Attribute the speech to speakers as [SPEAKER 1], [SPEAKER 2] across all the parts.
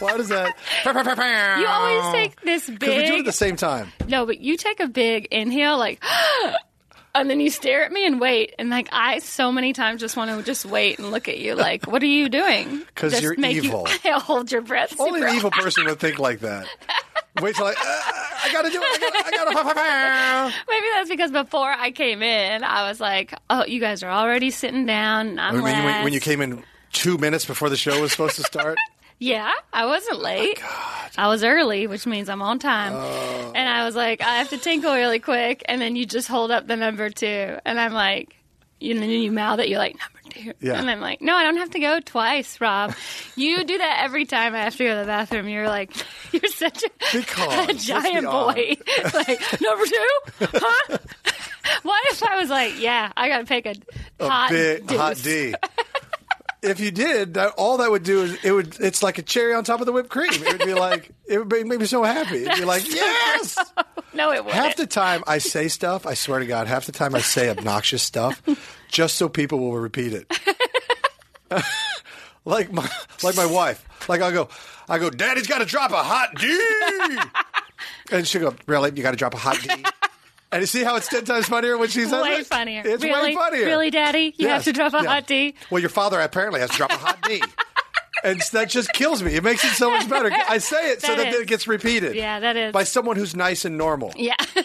[SPEAKER 1] Why does that?
[SPEAKER 2] You always take this
[SPEAKER 1] Because we do it at
[SPEAKER 2] big.
[SPEAKER 1] the same time.
[SPEAKER 2] No, but you take a big inhale, like, and then you stare at me and wait. And like, I so many times just want to just wait and look at you, like, what are you doing?
[SPEAKER 1] 'Cause
[SPEAKER 2] Just
[SPEAKER 1] you're
[SPEAKER 2] make
[SPEAKER 1] evil.
[SPEAKER 2] You hold your breath.
[SPEAKER 1] Only
[SPEAKER 2] super
[SPEAKER 1] an evil person would think like that. Wait till I. Uh, I gotta do it. I gotta. I gotta
[SPEAKER 2] Maybe that's because before I came in, I was like, "Oh, you guys are already sitting down. and I'm
[SPEAKER 1] I mean, when,
[SPEAKER 2] last."
[SPEAKER 1] when you came in two minutes before the show was supposed to start,
[SPEAKER 2] yeah, I
[SPEAKER 1] Oh
[SPEAKER 2] wasn't late. I was early, which means I'm on time.
[SPEAKER 1] Oh.
[SPEAKER 2] And I was like, "I have to tinkle really quick," and then you just hold up the number two, and I'm like, you know, you mouth it. You're like number two,
[SPEAKER 1] Yeah.
[SPEAKER 2] and I'm like, "No, I don't have to go twice, Rob. you do that every time I have to go to the bathroom. You're like, you're such a,
[SPEAKER 1] Because,
[SPEAKER 2] a
[SPEAKER 1] let's be
[SPEAKER 2] giant boy. like number two, huh?" What if I was like, yeah, I gotta pick a,
[SPEAKER 1] a
[SPEAKER 2] hot,
[SPEAKER 1] big
[SPEAKER 2] deuce.
[SPEAKER 1] hot D. If you did, that, all that would do is it would. It's like a cherry on top of the whipped cream. It would be like it would make, make me so happy. It'd be like yes.
[SPEAKER 2] No, it wouldn't.
[SPEAKER 1] Half the time I say stuff. I swear to God, half the time I say obnoxious stuff, just so people will repeat it. like my like my wife. Like I go, I go. Daddy's got to drop a hot D, and she will go, really? You got to drop a hot D. And you see how it's ten times funnier when she says
[SPEAKER 2] way
[SPEAKER 1] it?
[SPEAKER 2] funnier.
[SPEAKER 1] It's
[SPEAKER 2] really,
[SPEAKER 1] way funnier.
[SPEAKER 2] Really, Daddy, you have
[SPEAKER 1] Yes,
[SPEAKER 2] to drop a
[SPEAKER 1] yeah.
[SPEAKER 2] hot D.
[SPEAKER 1] Well, your father apparently has to drop a hot D. And that just kills me. It makes it so much better. I say it so
[SPEAKER 2] That
[SPEAKER 1] that
[SPEAKER 2] is-
[SPEAKER 1] it gets repeated.
[SPEAKER 2] Yeah, that is.
[SPEAKER 1] By someone who's nice and normal.
[SPEAKER 2] yeah.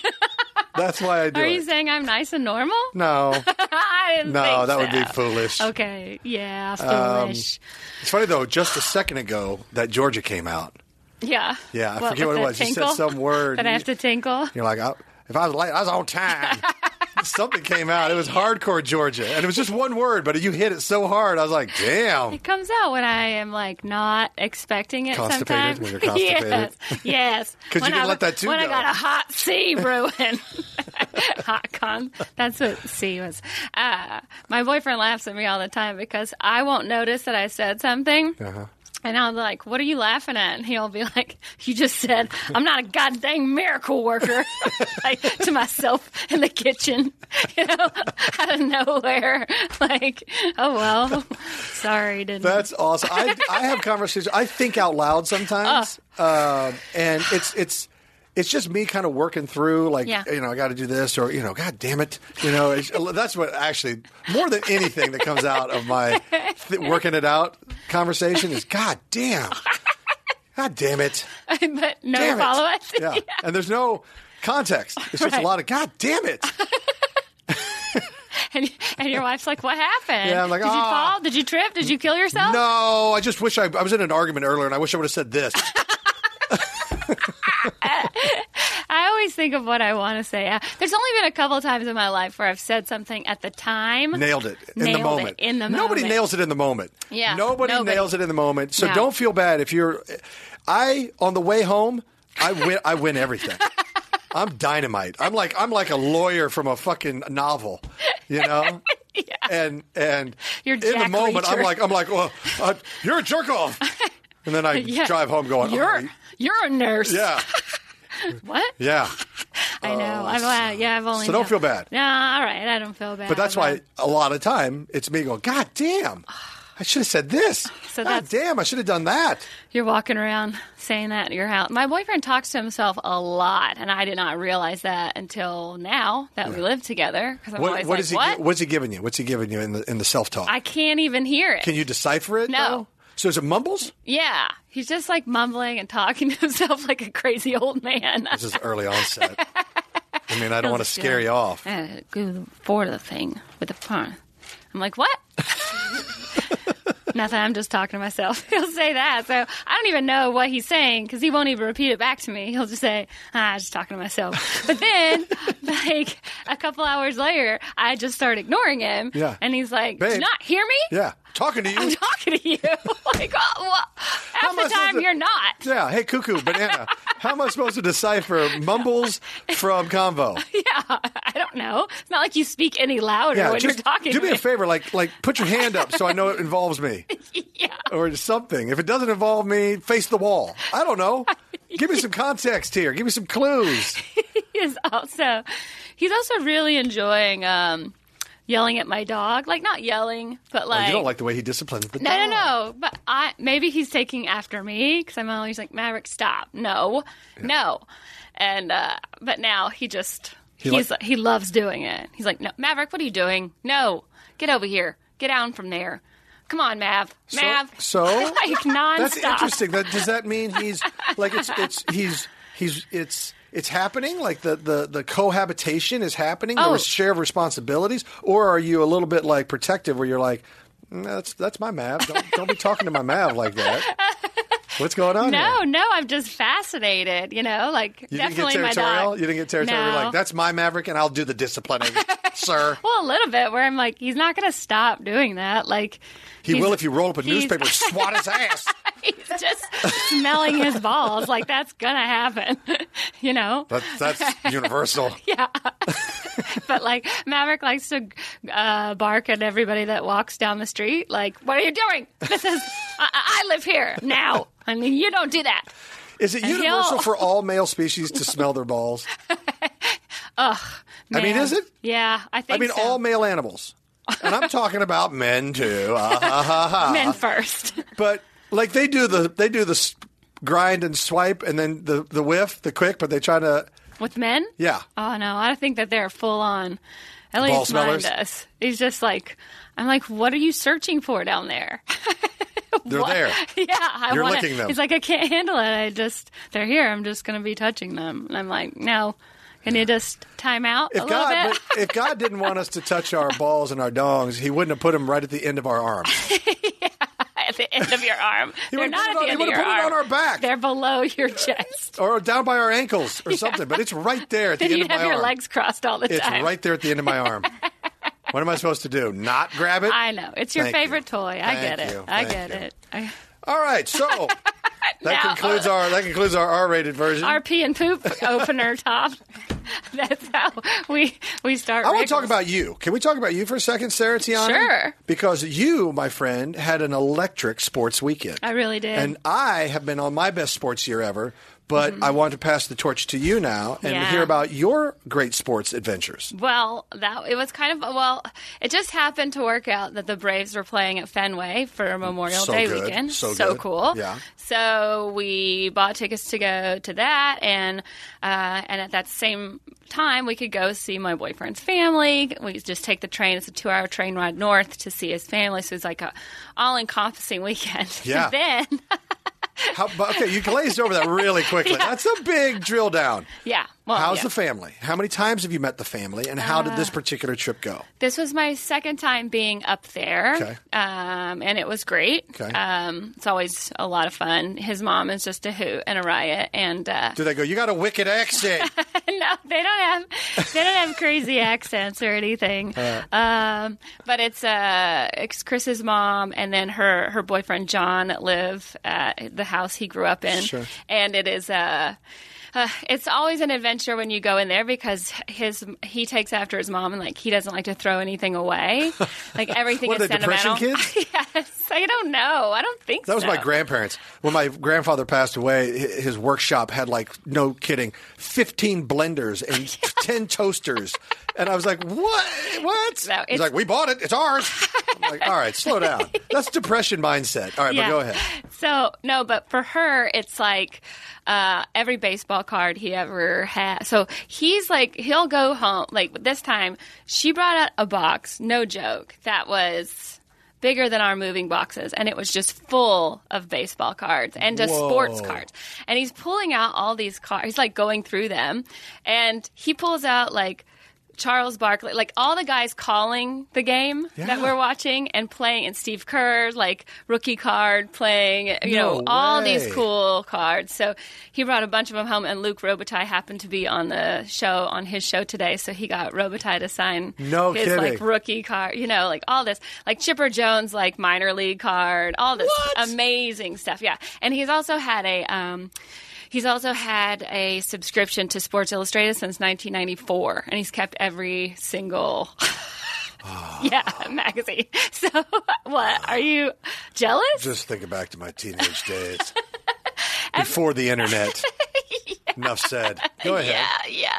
[SPEAKER 1] That's why I do
[SPEAKER 2] Are
[SPEAKER 1] it.
[SPEAKER 2] you saying I'm nice and normal?
[SPEAKER 1] no.
[SPEAKER 2] I didn't
[SPEAKER 1] No,
[SPEAKER 2] think
[SPEAKER 1] that would be
[SPEAKER 2] so.
[SPEAKER 1] foolish. Um,
[SPEAKER 2] Okay. Yeah. Foolish.
[SPEAKER 1] It's funny though, just a second ago that Georgia came out.
[SPEAKER 2] yeah.
[SPEAKER 1] Yeah, I forget what it
[SPEAKER 2] with the
[SPEAKER 1] was. She said
[SPEAKER 2] tinkle?
[SPEAKER 1] some word.
[SPEAKER 2] That I have to tinkle.
[SPEAKER 1] You're like, I, if I was late, I was on time. Something came out. It was hardcore Georgia, and it was just one word, but you hit it so hard. I was like, damn.
[SPEAKER 2] It comes out when I am like not expecting it.
[SPEAKER 1] Constipated?
[SPEAKER 2] Sometimes.
[SPEAKER 1] When you're constipated?
[SPEAKER 2] yes. Yes.
[SPEAKER 1] 'Cause you
[SPEAKER 2] When
[SPEAKER 1] didn't
[SPEAKER 2] I-
[SPEAKER 1] let that too
[SPEAKER 2] When I
[SPEAKER 1] go.
[SPEAKER 2] got a hot C brewing. hot con. That's what C was. Uh, my boyfriend laughs at me all the time because I won't notice that I said something. And I'll be like, what are you laughing at? And he'll be like, you just said, I'm not a goddamn miracle worker. like, to myself in the kitchen, you know, out of nowhere. Like, oh, well, sorry, didn't
[SPEAKER 1] That's awesome. I, I have conversations. I think out loud sometimes, um, and it's it's it's just me kind of working through like
[SPEAKER 2] Yeah.
[SPEAKER 1] you know I got to do this or you know God damn it you know it's, that's what actually more than anything that comes out of my th- working it out conversation is God damn, God damn it,
[SPEAKER 2] but no
[SPEAKER 1] damn it.
[SPEAKER 2] follow up.
[SPEAKER 1] Yeah. and there's no context. It's just
[SPEAKER 2] Right.
[SPEAKER 1] a lot of God damn it.
[SPEAKER 2] And, and your wife's like, what happened?
[SPEAKER 1] Yeah, I'm like,
[SPEAKER 2] Did you
[SPEAKER 1] "Ah."
[SPEAKER 2] fall? Did you trip? Did you kill yourself?
[SPEAKER 1] No, I just wish I, I was in an argument earlier and I wish I would have said this.
[SPEAKER 2] I always think of what I want to say. Uh, There's only been a couple of times in my life where I've said something at the time.
[SPEAKER 1] Nailed it in
[SPEAKER 2] Nailed
[SPEAKER 1] the
[SPEAKER 2] it
[SPEAKER 1] moment.
[SPEAKER 2] in the
[SPEAKER 1] Nobody
[SPEAKER 2] moment.
[SPEAKER 1] nails it in the moment.
[SPEAKER 2] Yeah,
[SPEAKER 1] Nobody,
[SPEAKER 2] nobody.
[SPEAKER 1] nails it in the moment. So
[SPEAKER 2] No.
[SPEAKER 1] don't feel bad if you're. I on the way home, I win. I win everything. I'm dynamite. I'm like I'm like a lawyer from a fucking novel, you know. And and
[SPEAKER 2] You're
[SPEAKER 1] in the
[SPEAKER 2] Jack
[SPEAKER 1] moment, I'm
[SPEAKER 2] Reacher.
[SPEAKER 1] like I'm like, well, uh, you're a jerk off. And then I
[SPEAKER 2] Yeah.
[SPEAKER 1] drive home going,
[SPEAKER 2] You're
[SPEAKER 1] oh,
[SPEAKER 2] you're a nurse.
[SPEAKER 1] yeah,
[SPEAKER 2] What?
[SPEAKER 1] yeah.
[SPEAKER 2] I know. I've uh, yeah. I've only.
[SPEAKER 1] Oh, so don't
[SPEAKER 2] known-
[SPEAKER 1] feel bad.
[SPEAKER 2] No, all right. I don't feel bad.
[SPEAKER 1] But that's
[SPEAKER 2] about
[SPEAKER 1] why a lot of time it's me going, God damn, I should have said this.
[SPEAKER 2] So
[SPEAKER 1] God
[SPEAKER 2] that's-
[SPEAKER 1] damn, I should have done that.
[SPEAKER 2] You're walking around saying that at your house. My boyfriend talks to himself a lot, and I did not realize that until now that we live together. 'cause I'm
[SPEAKER 1] What,
[SPEAKER 2] always
[SPEAKER 1] what
[SPEAKER 2] like,
[SPEAKER 1] is he?
[SPEAKER 2] what?
[SPEAKER 1] What's he giving you? What's he giving you in the in the self talk?
[SPEAKER 2] I can't even hear it.
[SPEAKER 1] Can you decipher it?
[SPEAKER 2] No.
[SPEAKER 1] though? So is it mumbles?
[SPEAKER 2] yeah, he's just like mumbling and talking to himself like a crazy old man.
[SPEAKER 1] This is early onset. I mean, I don't want to
[SPEAKER 2] just
[SPEAKER 1] scare
[SPEAKER 2] doing-
[SPEAKER 1] you off.
[SPEAKER 2] Uh, go for the thing with the fun. I'm like, what? Nothing. I'm just talking to myself. He'll say that. So I don't even know what he's saying because he won't even repeat it back to me. He'll just say, ah, just talking to myself. But then, like, a couple hours later, I just start ignoring him.
[SPEAKER 1] Yeah.
[SPEAKER 2] And he's like, did
[SPEAKER 1] Babe.
[SPEAKER 2] you not hear me?
[SPEAKER 1] Yeah, talking to
[SPEAKER 2] I'm
[SPEAKER 1] you.
[SPEAKER 2] talking to you. like, oh, well, half
[SPEAKER 1] am I
[SPEAKER 2] the
[SPEAKER 1] supposed
[SPEAKER 2] time
[SPEAKER 1] to-
[SPEAKER 2] you're not.
[SPEAKER 1] Yeah, hey, cuckoo, banana. How am I supposed to decipher mumbles from convo?
[SPEAKER 2] I don't know. It's not like you speak any louder
[SPEAKER 1] Yeah,
[SPEAKER 2] when
[SPEAKER 1] just
[SPEAKER 2] you're talking.
[SPEAKER 1] do
[SPEAKER 2] to
[SPEAKER 1] me a favor, like like put your hand up so I know it involves me.
[SPEAKER 2] Yeah.
[SPEAKER 1] or something. If it doesn't involve me, face the wall. I don't know. Give me some context here. Give me some clues.
[SPEAKER 2] He is also he's also really enjoying um, yelling at my dog. Like not yelling, but like
[SPEAKER 1] Oh, you don't like Oh. the way he disciplines the
[SPEAKER 2] no, no,
[SPEAKER 1] dog.
[SPEAKER 2] no. But I maybe he's taking after me because I'm always like Maverick, stop, no, no, and uh, but now he just
[SPEAKER 1] He
[SPEAKER 2] he's
[SPEAKER 1] like-
[SPEAKER 2] he loves doing it. He's like, no, Maverick, what are you doing? No, get over here, get down from there. Come on, Mav,
[SPEAKER 1] So-
[SPEAKER 2] Mav.
[SPEAKER 1] so?
[SPEAKER 2] like nonstop.
[SPEAKER 1] That's interesting. That, does that mean he's like it's it's he's he's it's it's happening like the the the cohabitation is happening.
[SPEAKER 2] Oh.
[SPEAKER 1] There's share of responsibilities, or are you a little bit like protective where you're like "Mm, that's that's my Mav. Don't, don't be talking to my Mav like that. What's going on?
[SPEAKER 2] No,
[SPEAKER 1] here?
[SPEAKER 2] no, I'm just fascinated. You know, like
[SPEAKER 1] You didn't get
[SPEAKER 2] definitely my
[SPEAKER 1] territorial.
[SPEAKER 2] dog.
[SPEAKER 1] You didn't get territorial. You're
[SPEAKER 2] No.
[SPEAKER 1] Like that's my Maverick, and I'll do the disciplining, sir.
[SPEAKER 2] well, a little bit where I'm like, he's not going to stop doing that. Like
[SPEAKER 1] He
[SPEAKER 2] he's-
[SPEAKER 1] will if you roll up a
[SPEAKER 2] he's-
[SPEAKER 1] newspaper and swat his ass.
[SPEAKER 2] He's just smelling his balls. Like that's going to happen. you know.
[SPEAKER 1] That's that's universal.
[SPEAKER 2] But like Maverick likes to uh, bark at everybody that walks down the street. Like, what are you doing? This is I, I live here now. I mean, you don't do that.
[SPEAKER 1] Is it
[SPEAKER 2] he'll-
[SPEAKER 1] universal for all male species to smell their balls? I mean,
[SPEAKER 2] Man.
[SPEAKER 1] is it?
[SPEAKER 2] Yeah, I
[SPEAKER 1] I
[SPEAKER 2] think.
[SPEAKER 1] mean,
[SPEAKER 2] so.
[SPEAKER 1] all male animals, and I'm talking about men too. Uh,
[SPEAKER 2] men first.
[SPEAKER 1] but like they do the they do the s- grind and swipe, and then the the whiff, the quick. But they try to
[SPEAKER 2] With men?
[SPEAKER 1] Yeah.
[SPEAKER 2] Oh no, I think that they're full on. At
[SPEAKER 1] Ball
[SPEAKER 2] least mine
[SPEAKER 1] smellers?
[SPEAKER 2] does. He's just like, I'm like, what are you searching for down there?
[SPEAKER 1] they're there.
[SPEAKER 2] yeah, I
[SPEAKER 1] You're
[SPEAKER 2] wanna,
[SPEAKER 1] licking them.
[SPEAKER 2] He's like, I can't handle it. I just, they're here. I'm just gonna be touching them. And I'm like, no, can you just time out a
[SPEAKER 1] If
[SPEAKER 2] little
[SPEAKER 1] God,
[SPEAKER 2] bit?
[SPEAKER 1] but if God didn't want us to touch our balls and our dongs, He wouldn't have put them right at the end of our arms.
[SPEAKER 2] at the end of your arm, they're
[SPEAKER 1] would've
[SPEAKER 2] not
[SPEAKER 1] put
[SPEAKER 2] at
[SPEAKER 1] it on-
[SPEAKER 2] the end
[SPEAKER 1] he
[SPEAKER 2] of your
[SPEAKER 1] would've put it
[SPEAKER 2] arm.
[SPEAKER 1] on our back.
[SPEAKER 2] They're below your chest.
[SPEAKER 1] or down by our ankles or something, but it's right there at the
[SPEAKER 2] Then
[SPEAKER 1] end
[SPEAKER 2] you'd
[SPEAKER 1] of my
[SPEAKER 2] have your
[SPEAKER 1] arm.
[SPEAKER 2] legs crossed all the
[SPEAKER 1] it's
[SPEAKER 2] time.
[SPEAKER 1] right there at the end of my arm. what am I supposed to do? Not grab it?
[SPEAKER 2] I know. It's your
[SPEAKER 1] Thank you.
[SPEAKER 2] favorite toy. I
[SPEAKER 1] Thank
[SPEAKER 2] get it.
[SPEAKER 1] you.
[SPEAKER 2] I
[SPEAKER 1] Thank
[SPEAKER 2] get
[SPEAKER 1] you.
[SPEAKER 2] it. I,
[SPEAKER 1] All right, so that
[SPEAKER 2] Now-
[SPEAKER 1] concludes our that concludes our R-rated version.
[SPEAKER 2] our pee and poop opener top. That's how we we start.
[SPEAKER 1] I want
[SPEAKER 2] Rickles.
[SPEAKER 1] to talk about you. Can we talk about you for a second, Sarah Tiana?
[SPEAKER 2] Sure.
[SPEAKER 1] Because you, my friend, had an electric sports weekend.
[SPEAKER 2] I really did.
[SPEAKER 1] And I have been on my best sports year ever, but I want to pass the torch to you now and
[SPEAKER 2] Mm-hmm. Yeah.
[SPEAKER 1] hear about your great sports adventures.
[SPEAKER 2] Well, that it was kind of well. It just happened to work out that the Braves were playing at Fenway for Memorial
[SPEAKER 1] So
[SPEAKER 2] Day
[SPEAKER 1] good.
[SPEAKER 2] weekend.
[SPEAKER 1] So good.
[SPEAKER 2] cool.
[SPEAKER 1] Yeah.
[SPEAKER 2] So we bought tickets to go to that, and uh, and at that same time we could go see my boyfriend's family. We just take the train. It's a two-hour train ride north to see his family. So it's like a all-encompassing weekend.
[SPEAKER 1] Yeah.
[SPEAKER 2] then
[SPEAKER 1] How, but, okay, you glazed over that really quickly. That's a big drill down.
[SPEAKER 2] yeah. Well,
[SPEAKER 1] How's
[SPEAKER 2] Oh, yeah. Uh,
[SPEAKER 1] the family? How many times have you met the family, and how did this particular trip go?
[SPEAKER 2] This was my second time being up there,
[SPEAKER 1] Okay.
[SPEAKER 2] um, and it was great.
[SPEAKER 1] Okay.
[SPEAKER 2] Um, it's always a lot of fun. His mom is just a hoot and a riot, and uh,
[SPEAKER 1] Did they go? You got a wicked exit.
[SPEAKER 2] no, they don't have they don't have crazy accents or anything. um, but it's uh, it's Chris's mom and then her her boyfriend John that live at the house he grew up in,
[SPEAKER 1] Sure.
[SPEAKER 2] and it is uh, uh, it's always an adventure when you go in there because his he takes after his mom and like he doesn't like to throw anything away, like everything
[SPEAKER 1] What
[SPEAKER 2] is
[SPEAKER 1] are they, depression
[SPEAKER 2] sentimental. yes, I don't know. I don't think
[SPEAKER 1] That was
[SPEAKER 2] so.
[SPEAKER 1] my grandparents. When my grandfather passed away, hi- his workshop had like no kidding, fifteen blenders and ten toasters, and I was like, "What? What?"
[SPEAKER 2] No,
[SPEAKER 1] He's
[SPEAKER 2] it's-
[SPEAKER 1] like, "We bought it. It's ours." I'm like, "All right, slow down. That's depression mindset." All right, but go ahead.
[SPEAKER 2] So no, but for her, it's like uh, every baseball card he ever had. So he's like, he'll go home. Like this time, she brought out a box, no joke, that was bigger than our moving boxes, and it was just full of baseball cards and just
[SPEAKER 1] Whoa.
[SPEAKER 2] sports cards. And he's pulling out all these cards. He's like going through them, and he pulls out like Charles Barkley, like all the guys calling the game that
[SPEAKER 1] Yeah.
[SPEAKER 2] we're watching and playing, and Steve Kerr, like rookie card playing, you
[SPEAKER 1] No
[SPEAKER 2] know, all
[SPEAKER 1] way.
[SPEAKER 2] these cool cards. So he brought a bunch of them home, and Luke Robitaille happened to be on the show on his show today, so he got Robitaille to sign
[SPEAKER 1] No
[SPEAKER 2] his like
[SPEAKER 1] kidding.
[SPEAKER 2] rookie card, you know, like all this, like Chipper Jones, like minor league card, all this
[SPEAKER 1] What?
[SPEAKER 2] amazing stuff. Yeah, and he's also had a. Um, He's also had a subscription to Sports Illustrated since 1994, and he's kept every single
[SPEAKER 1] Ah.
[SPEAKER 2] yeah magazine. So, what are you jealous?
[SPEAKER 1] Just thinking back to my teenage days before the internet. Enough said. Go ahead.
[SPEAKER 2] Yeah, yeah.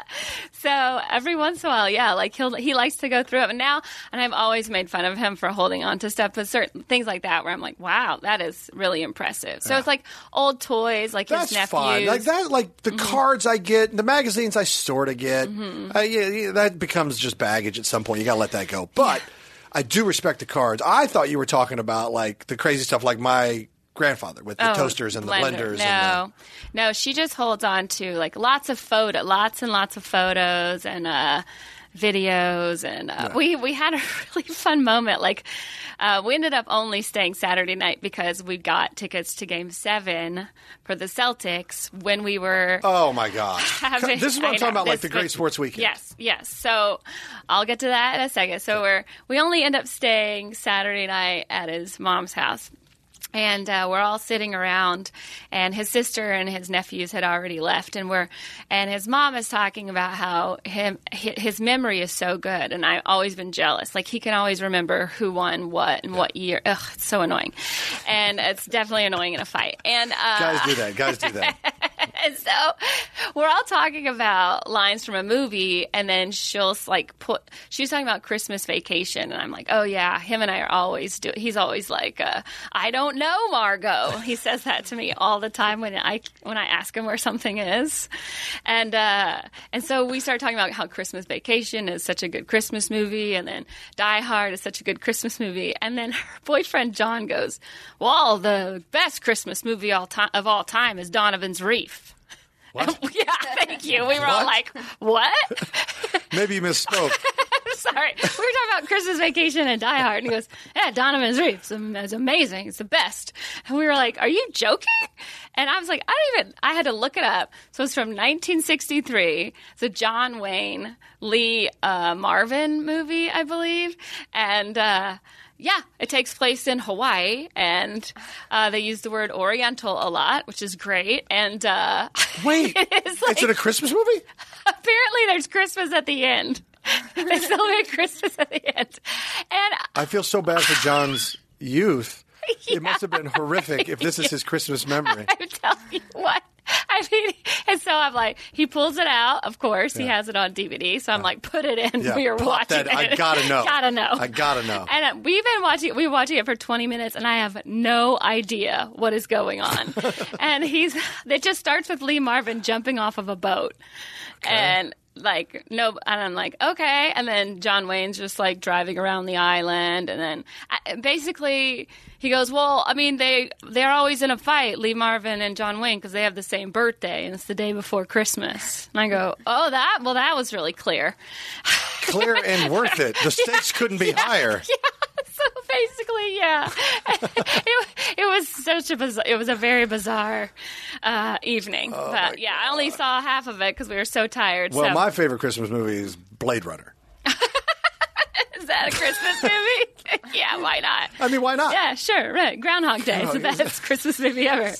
[SPEAKER 2] So every once in a while, yeah, like he'll he likes to go through it. And now, and I've always made fun of him for holding on to stuff, but certain things like that, where I'm like, wow, that is really impressive. So it's like old toys, like
[SPEAKER 1] That's
[SPEAKER 2] his nephews. Mm-hmm.
[SPEAKER 1] fun. Like that. Like the cards I get, the magazines I sort of get. I- yeah, yeah, that becomes just baggage at some point. You got to let that go. But I do respect the cards. I thought you were talking about like the crazy stuff, like my grandfather with the
[SPEAKER 2] Oh,
[SPEAKER 1] toasters and the
[SPEAKER 2] blender.
[SPEAKER 1] blenders.
[SPEAKER 2] No,
[SPEAKER 1] And
[SPEAKER 2] no, she just holds on to like lots of photo, lots and lots of photos and uh, videos, and uh, we we had a really fun moment. Like uh, we ended up only staying Saturday night because we got tickets to Game Seven for the Celtics when we were.
[SPEAKER 1] the, oh my god!
[SPEAKER 2] having-
[SPEAKER 1] This is what
[SPEAKER 2] I
[SPEAKER 1] I'm talking
[SPEAKER 2] know,
[SPEAKER 1] about, like the
[SPEAKER 2] this
[SPEAKER 1] great
[SPEAKER 2] big-
[SPEAKER 1] sports weekend.
[SPEAKER 2] Yes, yes. So I'll get to that in a second. So we're we only end up staying Saturday night at his mom's house. And uh, we're all sitting around, and his sister and his nephews had already left, and we're, and his mom is talking about how him hi- his memory is so good, and I've always been jealous. Like he can always remember who won what and what year. Ugh, it's so annoying, and it's definitely annoying in a fight. And uh,
[SPEAKER 1] Guys do that. Guys do that.
[SPEAKER 2] and so we're all talking about lines from a movie, and then she'll like put. She was talking about Christmas Vacation, and I'm like, oh yeah, him and I are always do. He's always like, uh, I don't know, Margot. He says that to me all the time when I when I ask him where something is, and uh, and so we start talking about how Christmas Vacation is such a good Christmas movie, and then Die Hard is such a good Christmas movie, and then her boyfriend John goes, well, the best Christmas movie all time of all time is Donovan's Reef. Yeah, thank you. We were
[SPEAKER 1] What?
[SPEAKER 2] all like, "What?"
[SPEAKER 1] Maybe you misspoke.
[SPEAKER 2] I'm sorry. We were talking about Christmas Vacation and Die Hard, and he goes, "Yeah, Donovan's Reef it's am- it's amazing. It's the best." And we were like, "Are you joking?" And I was like, "I don't even." I had to look it up. So it's from 1963. It's a John Wayne Lee uh, Marvin movie, I believe, and. Uh, yeah, it takes place in Hawaii, and uh, they use the word Oriental a lot, which is great. And uh,
[SPEAKER 1] Wait,
[SPEAKER 2] it's like,
[SPEAKER 1] is it a Christmas movie?
[SPEAKER 2] apparently there's Christmas at the end. they celebrate Christmas at the end. And
[SPEAKER 1] I feel so bad for John's youth. It must have been horrific if this is his Christmas memory.
[SPEAKER 2] I'm telling you what. I mean, and so I'm like, he pulls it out. Of course, he
[SPEAKER 1] Yeah.
[SPEAKER 2] has it on DVD. So I'm like, put it in.
[SPEAKER 1] Yeah,
[SPEAKER 2] we are
[SPEAKER 1] pop
[SPEAKER 2] watching
[SPEAKER 1] that-
[SPEAKER 2] it.
[SPEAKER 1] I gotta know.
[SPEAKER 2] gotta know.
[SPEAKER 1] I gotta know.
[SPEAKER 2] And uh, we've been watching. We were watching it for 20 minutes, and I have no idea what is going on. and he's. It just starts with Lee Marvin jumping off of a boat, and like no, and I'm like okay, and then John Wayne's just like driving around the island, and then I, basically he goes, well, I mean they they're always in a fight, Lee Marvin and John Wayne, because they have the same birthday, and it's the day before Christmas. And I go, oh that well that was really clear.
[SPEAKER 1] Clear and worth it. The stakes couldn't be higher.
[SPEAKER 2] so basically, yeah, it, it was such a bizarre, it was a very bizarre uh, evening. but yeah, I only saw half of it because we were so tired.
[SPEAKER 1] Oh Well,
[SPEAKER 2] so
[SPEAKER 1] my favorite Christmas movie is Blade Runner.
[SPEAKER 2] is that a Christmas movie? yeah, why not?
[SPEAKER 1] I mean, why not?
[SPEAKER 2] Yeah, sure, right. Groundhog Day is the
[SPEAKER 1] Groundhog-
[SPEAKER 2] best Christmas movie ever.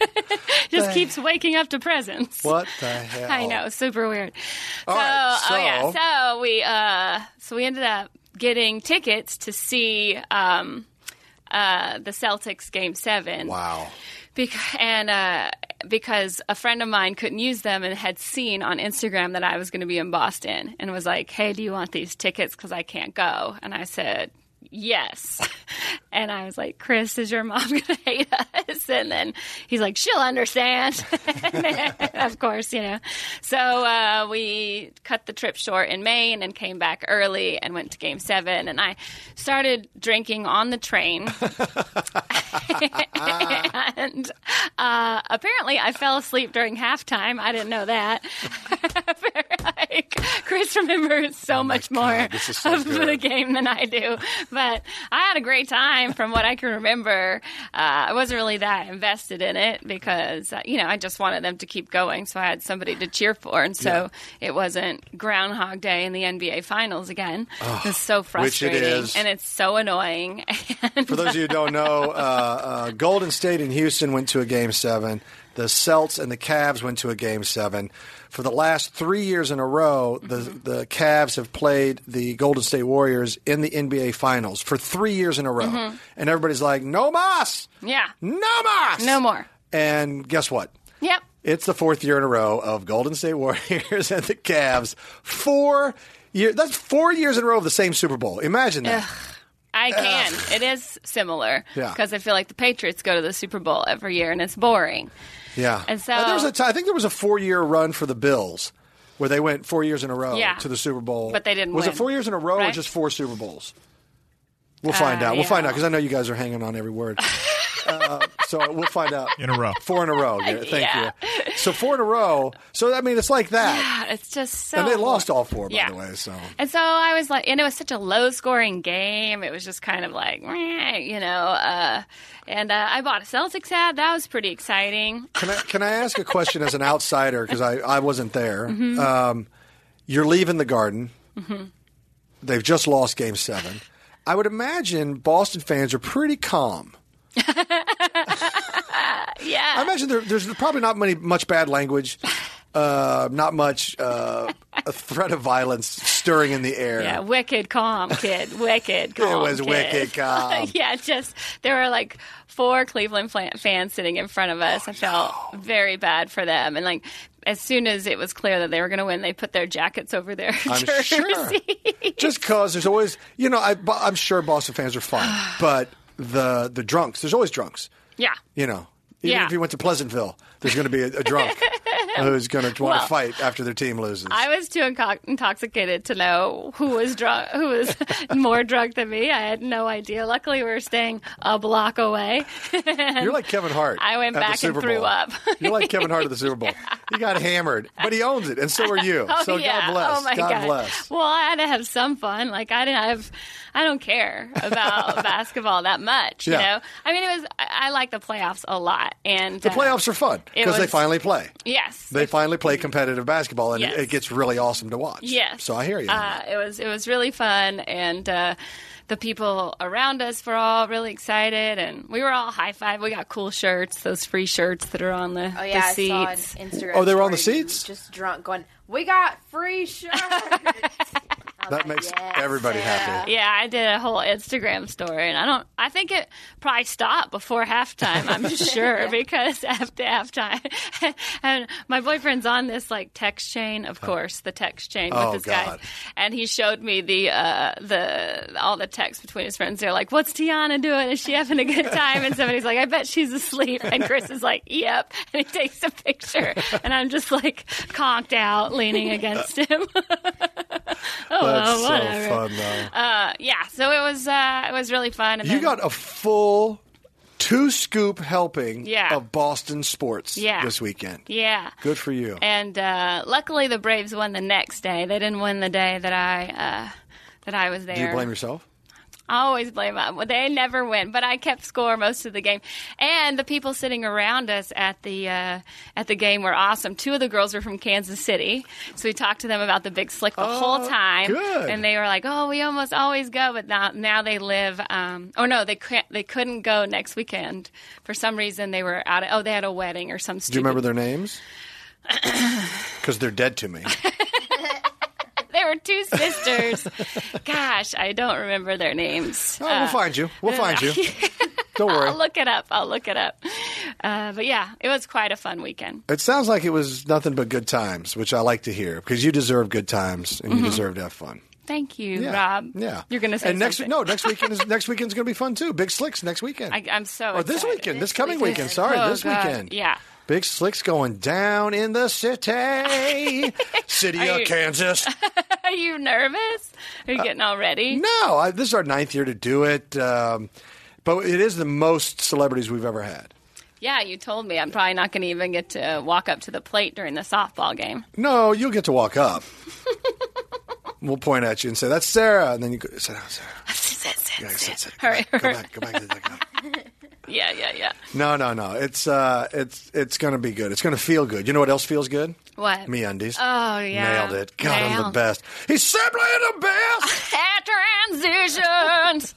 [SPEAKER 2] Just keeps waking up to presents.
[SPEAKER 1] What the hell?
[SPEAKER 2] I know, super weird.
[SPEAKER 1] All
[SPEAKER 2] so,
[SPEAKER 1] right,
[SPEAKER 2] oh
[SPEAKER 1] so-
[SPEAKER 2] yeah, so we uh, so we ended up getting tickets to see um, uh, the Celtics game seven.
[SPEAKER 1] Wow.
[SPEAKER 2] Bec- and uh, because a friend of mine couldn't use them and had seen on Instagram that I was going to be in Boston and was like, "Hey, do you want these tickets? Because I can't go." And I said, yes. And I was like, Chris, is your mom going to hate us? And then he's like, she'll understand. of course, you know. So uh, we cut the trip short in Maine and came back early and went to game seven. And I started drinking on the train. and uh, apparently I fell asleep during halftime. I didn't know that. like, Chris remembers so much more
[SPEAKER 1] Oh God, this is so
[SPEAKER 2] of the
[SPEAKER 1] good.
[SPEAKER 2] game than I do. But I had a great time from what I can remember. Uh, I wasn't really that invested in it because, uh, you know, I just wanted them to keep going. So I had somebody to cheer for. And so it wasn't Groundhog Day in the NBA Finals again. it's so
[SPEAKER 1] which it
[SPEAKER 2] frustrating.
[SPEAKER 1] is.
[SPEAKER 2] And it's so annoying.
[SPEAKER 1] For those of you who don't know, uh, uh, Golden State and Houston went to a game seven. The Celts and the Cavs went to a game seven. For the last three years in a row, the,
[SPEAKER 2] Mm-hmm.
[SPEAKER 1] the Cavs have played the Golden State Warriors in the NBA Finals for three years in a row. And everybody's like, no mas!
[SPEAKER 2] Mm-hmm. yeah.
[SPEAKER 1] No mas!
[SPEAKER 2] No more.
[SPEAKER 1] And guess what?
[SPEAKER 2] Yep.
[SPEAKER 1] It's the fourth year in a row of Golden State Warriors and the Cavs. Four year that's four years in a row of the same Super Bowl. Imagine that.
[SPEAKER 2] I can. it is similar
[SPEAKER 1] Yeah.
[SPEAKER 2] because I feel like the Patriots go to the Super Bowl every year and it's boring.
[SPEAKER 1] Yeah.
[SPEAKER 2] And so-
[SPEAKER 1] Uh, there was a t- I think there was a four year run for the Bills where they went four years in a row
[SPEAKER 2] Yeah.
[SPEAKER 1] to the Super Bowl.
[SPEAKER 2] But they didn't
[SPEAKER 1] Was
[SPEAKER 2] win,
[SPEAKER 1] it four years in a row or
[SPEAKER 2] right?
[SPEAKER 1] just four Super Bowls? We'll find
[SPEAKER 2] Uh,
[SPEAKER 1] out. We'll
[SPEAKER 2] yeah.
[SPEAKER 1] find out because I know you guys are hanging on every word. uh, so we'll find out
[SPEAKER 3] in a row.
[SPEAKER 1] Four in a row. Yeah, thank
[SPEAKER 2] Yeah.
[SPEAKER 1] you. So four in a row. So I mean, it's like that.
[SPEAKER 2] God, it's just so.
[SPEAKER 1] And they lost all four, by
[SPEAKER 2] Yeah.
[SPEAKER 1] the way. So
[SPEAKER 2] And so I was like, and it was such a low scoring game. It was just kind of like, meh, you know. Uh, and uh, I bought a Celtics hat. That was pretty exciting.
[SPEAKER 1] Can I can I ask a question as an outsider because I, I wasn't there?
[SPEAKER 2] Mm-hmm.
[SPEAKER 1] Um, you're leaving the Garden. They've just lost Game Seven. I would imagine Boston fans are pretty calm. I
[SPEAKER 2] Yeah.
[SPEAKER 1] imagine there, there's probably not many much bad language, uh, not much uh, a threat of violence stirring in the air.
[SPEAKER 2] yeah, wicked calm kid, wicked calm.
[SPEAKER 1] was
[SPEAKER 2] kid.
[SPEAKER 1] wicked calm.
[SPEAKER 2] yeah, just there were like four Cleveland fla- fans sitting in front of us. I
[SPEAKER 1] Oh,
[SPEAKER 2] felt very bad for them, and like as soon as it was clear that they were going to win, they put their jackets over their
[SPEAKER 1] I'm
[SPEAKER 2] jerseys.
[SPEAKER 1] sure. Just because there's always, you know, I, I'm sure Boston fans are fine, but the the drunks, there's always drunks.
[SPEAKER 2] Yeah,
[SPEAKER 1] you know, even
[SPEAKER 2] Yeah.
[SPEAKER 1] if you went to Pleasantville, there's going to be a, a drunk who's going to want
[SPEAKER 2] Well,
[SPEAKER 1] to fight after their team loses.
[SPEAKER 2] I was too inco- intoxicated to know who was drunk, who was more drunk than me. I had no idea. Luckily, we were staying a block away.
[SPEAKER 1] You're like Kevin Hart.
[SPEAKER 2] I went
[SPEAKER 1] at the
[SPEAKER 2] back and
[SPEAKER 1] Super
[SPEAKER 2] threw
[SPEAKER 1] Bowl.
[SPEAKER 2] up.
[SPEAKER 1] You're like Kevin Hart at the Super Bowl. He got hammered, but he owns it, and so are you.
[SPEAKER 2] Oh
[SPEAKER 1] so
[SPEAKER 2] yeah!
[SPEAKER 1] God bless.
[SPEAKER 2] Oh my
[SPEAKER 1] God,
[SPEAKER 2] god!
[SPEAKER 1] bless.
[SPEAKER 2] Well, I had to have some fun. Like I didn't have, I don't care about basketball that much. You
[SPEAKER 1] Yeah.
[SPEAKER 2] know, I mean, it was. I, I like the playoffs a lot, and
[SPEAKER 1] The playoffs are fun
[SPEAKER 2] it
[SPEAKER 1] because they
[SPEAKER 2] was-
[SPEAKER 1] finally play.
[SPEAKER 2] Yes,
[SPEAKER 1] They finally play competitive basketball, and
[SPEAKER 2] Yes.
[SPEAKER 1] it, it gets really awesome to watch.
[SPEAKER 2] Yes.
[SPEAKER 1] So I hear you. on
[SPEAKER 2] Uh, it was it was really fun, and uh, the people around us were all really excited, and we were all high five. We got cool shirts, those free shirts that are on the,
[SPEAKER 4] Oh yeah,
[SPEAKER 2] the seats.
[SPEAKER 4] I saw on Instagram.
[SPEAKER 1] Oh, they were on the
[SPEAKER 4] story, you
[SPEAKER 1] seats?
[SPEAKER 4] Just drunk, going. We got free shirts.
[SPEAKER 2] Uh,
[SPEAKER 1] that. that makes
[SPEAKER 4] yes,
[SPEAKER 1] everybody
[SPEAKER 4] yeah.
[SPEAKER 1] happy.
[SPEAKER 2] Yeah, I did a whole Instagram story, and I don't. I think it probably stopped before halftime. I'm sure because after halftime, and my boyfriend's on this like text chain, of course, the text chain
[SPEAKER 1] Oh,
[SPEAKER 2] with his guys,
[SPEAKER 1] God.
[SPEAKER 2] and he showed me the uh, the all the texts between his friends. They're like, "What's Tiana doing? Is she having a good time?" And somebody's like, "I bet she's asleep," and Chris is like, "Yep," and he takes a picture, and I'm just like conked out, leaning against him. oh, well,
[SPEAKER 1] That's
[SPEAKER 2] whatever
[SPEAKER 1] so fun, though.
[SPEAKER 2] uh, yeah, so it was uh, it was really fun. And
[SPEAKER 1] You
[SPEAKER 2] then-
[SPEAKER 1] got a full two scoop helping
[SPEAKER 2] Yeah.
[SPEAKER 1] of Boston sports
[SPEAKER 2] Yeah.
[SPEAKER 1] this weekend.
[SPEAKER 2] yeah.
[SPEAKER 1] Good for you.
[SPEAKER 2] And uh, luckily, the Braves won the next day. They didn't win the day that I uh, that I was there.
[SPEAKER 1] Do you blame yourself?
[SPEAKER 2] I always blame them. Well, They never win, but I kept score most of the game. And the people sitting around us at the uh, at the game were awesome. Two of the girls were from Kansas City, so we talked to them about the Big Slick the whole time.
[SPEAKER 1] Oh, good.
[SPEAKER 2] And they were like, "Oh, we almost always go, but now, now they live." Um, oh no, they can't, they couldn't go next weekend for some reason. They were out. Of, oh, they had a wedding or some.
[SPEAKER 1] Do you remember their names? Because they're dead to me.
[SPEAKER 2] There were two sisters. Gosh, I don't remember their names.
[SPEAKER 1] Oh, we'll find you. We'll find you. Don't
[SPEAKER 2] I'll
[SPEAKER 1] worry.
[SPEAKER 2] look it up. I'll look it up. Uh, but yeah, it was quite a fun weekend.
[SPEAKER 1] It sounds like it was nothing but good times, which I like to hear because you deserve good times and you deserve to have fun.
[SPEAKER 2] Thank you,
[SPEAKER 1] Yeah.
[SPEAKER 2] Mm-hmm. Rob.
[SPEAKER 1] Yeah.
[SPEAKER 2] You're going to say
[SPEAKER 1] and next
[SPEAKER 2] something.
[SPEAKER 1] no next weekend is next weekend's going to be fun too. Big Slicks next weekend.
[SPEAKER 2] I, I'm so
[SPEAKER 1] or Oh, this
[SPEAKER 2] excited.
[SPEAKER 1] weekend,
[SPEAKER 4] This
[SPEAKER 1] this coming
[SPEAKER 4] weekend.
[SPEAKER 1] weekend. Sorry,
[SPEAKER 2] Oh,
[SPEAKER 1] this
[SPEAKER 2] God.
[SPEAKER 1] weekend.
[SPEAKER 2] Yeah.
[SPEAKER 1] Big Slicks going down in the city, city
[SPEAKER 2] Are
[SPEAKER 1] of
[SPEAKER 2] you-
[SPEAKER 1] Kansas.
[SPEAKER 2] Are you nervous? Are you getting all ready?
[SPEAKER 1] Uh, No, I, this is our ninth year to do it, um, but it is the most celebrities we've ever had.
[SPEAKER 2] Yeah, you told me I'm probably not going to even get to walk up to the plate during the softball game.
[SPEAKER 1] No, you'll get to walk up. we'll point at you and say, "That's Sarah," and then you go, "Sit down, Sarah."
[SPEAKER 2] Sit, sit,
[SPEAKER 1] Yeah,
[SPEAKER 2] sit.
[SPEAKER 1] sit, sit. Go
[SPEAKER 2] Hurry,
[SPEAKER 1] back, go
[SPEAKER 2] hurry.
[SPEAKER 1] back, go back. Go back.
[SPEAKER 2] Yeah, yeah, yeah.
[SPEAKER 1] No, no, no. It's uh, it's it's gonna be good. It's gonna feel good. You know what else feels good?
[SPEAKER 2] What?
[SPEAKER 1] Me undies.
[SPEAKER 2] Oh, yeah.
[SPEAKER 1] Nailed it. God, I'm the
[SPEAKER 2] Nailed.
[SPEAKER 1] best. He's simply the best.
[SPEAKER 2] At transitions.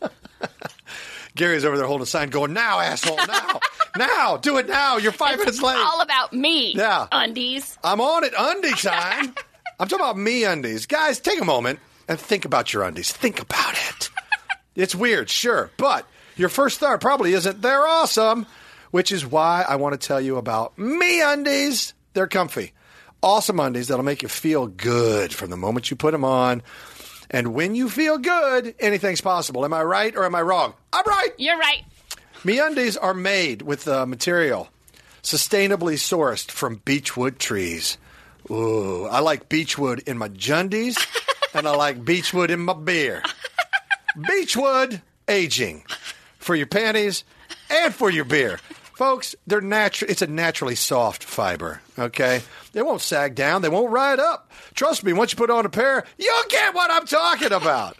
[SPEAKER 1] Gary's over there holding a sign, going, "Now, asshole, now, now, do it now. You're five minutes late.
[SPEAKER 2] all about me.
[SPEAKER 1] Yeah.
[SPEAKER 2] Undies.
[SPEAKER 1] I'm on it. Undie time. I'm talking about me undies. Guys, take a moment and think about your undies. Think about it. It's weird, sure, but your first thought probably isn't they're awesome, which is why I want to tell you about me undies. They're comfy, awesome undies that'll make you feel good from the moment you put them on. And when you feel good, anything's possible. Am I right or am I wrong? I'm right.
[SPEAKER 2] You're right.
[SPEAKER 1] MeUndies are made with uh, material sustainably sourced from beechwood trees. Ooh, I like beechwood in my jundies, and I like beechwood in my beer. Beechwood aging for your panties and for your beer. Folks, they're natural. It's a naturally soft fiber. Okay, they won't sag down. They won't ride up. Trust me. Once you put on a pair, you'll get what I'm talking about.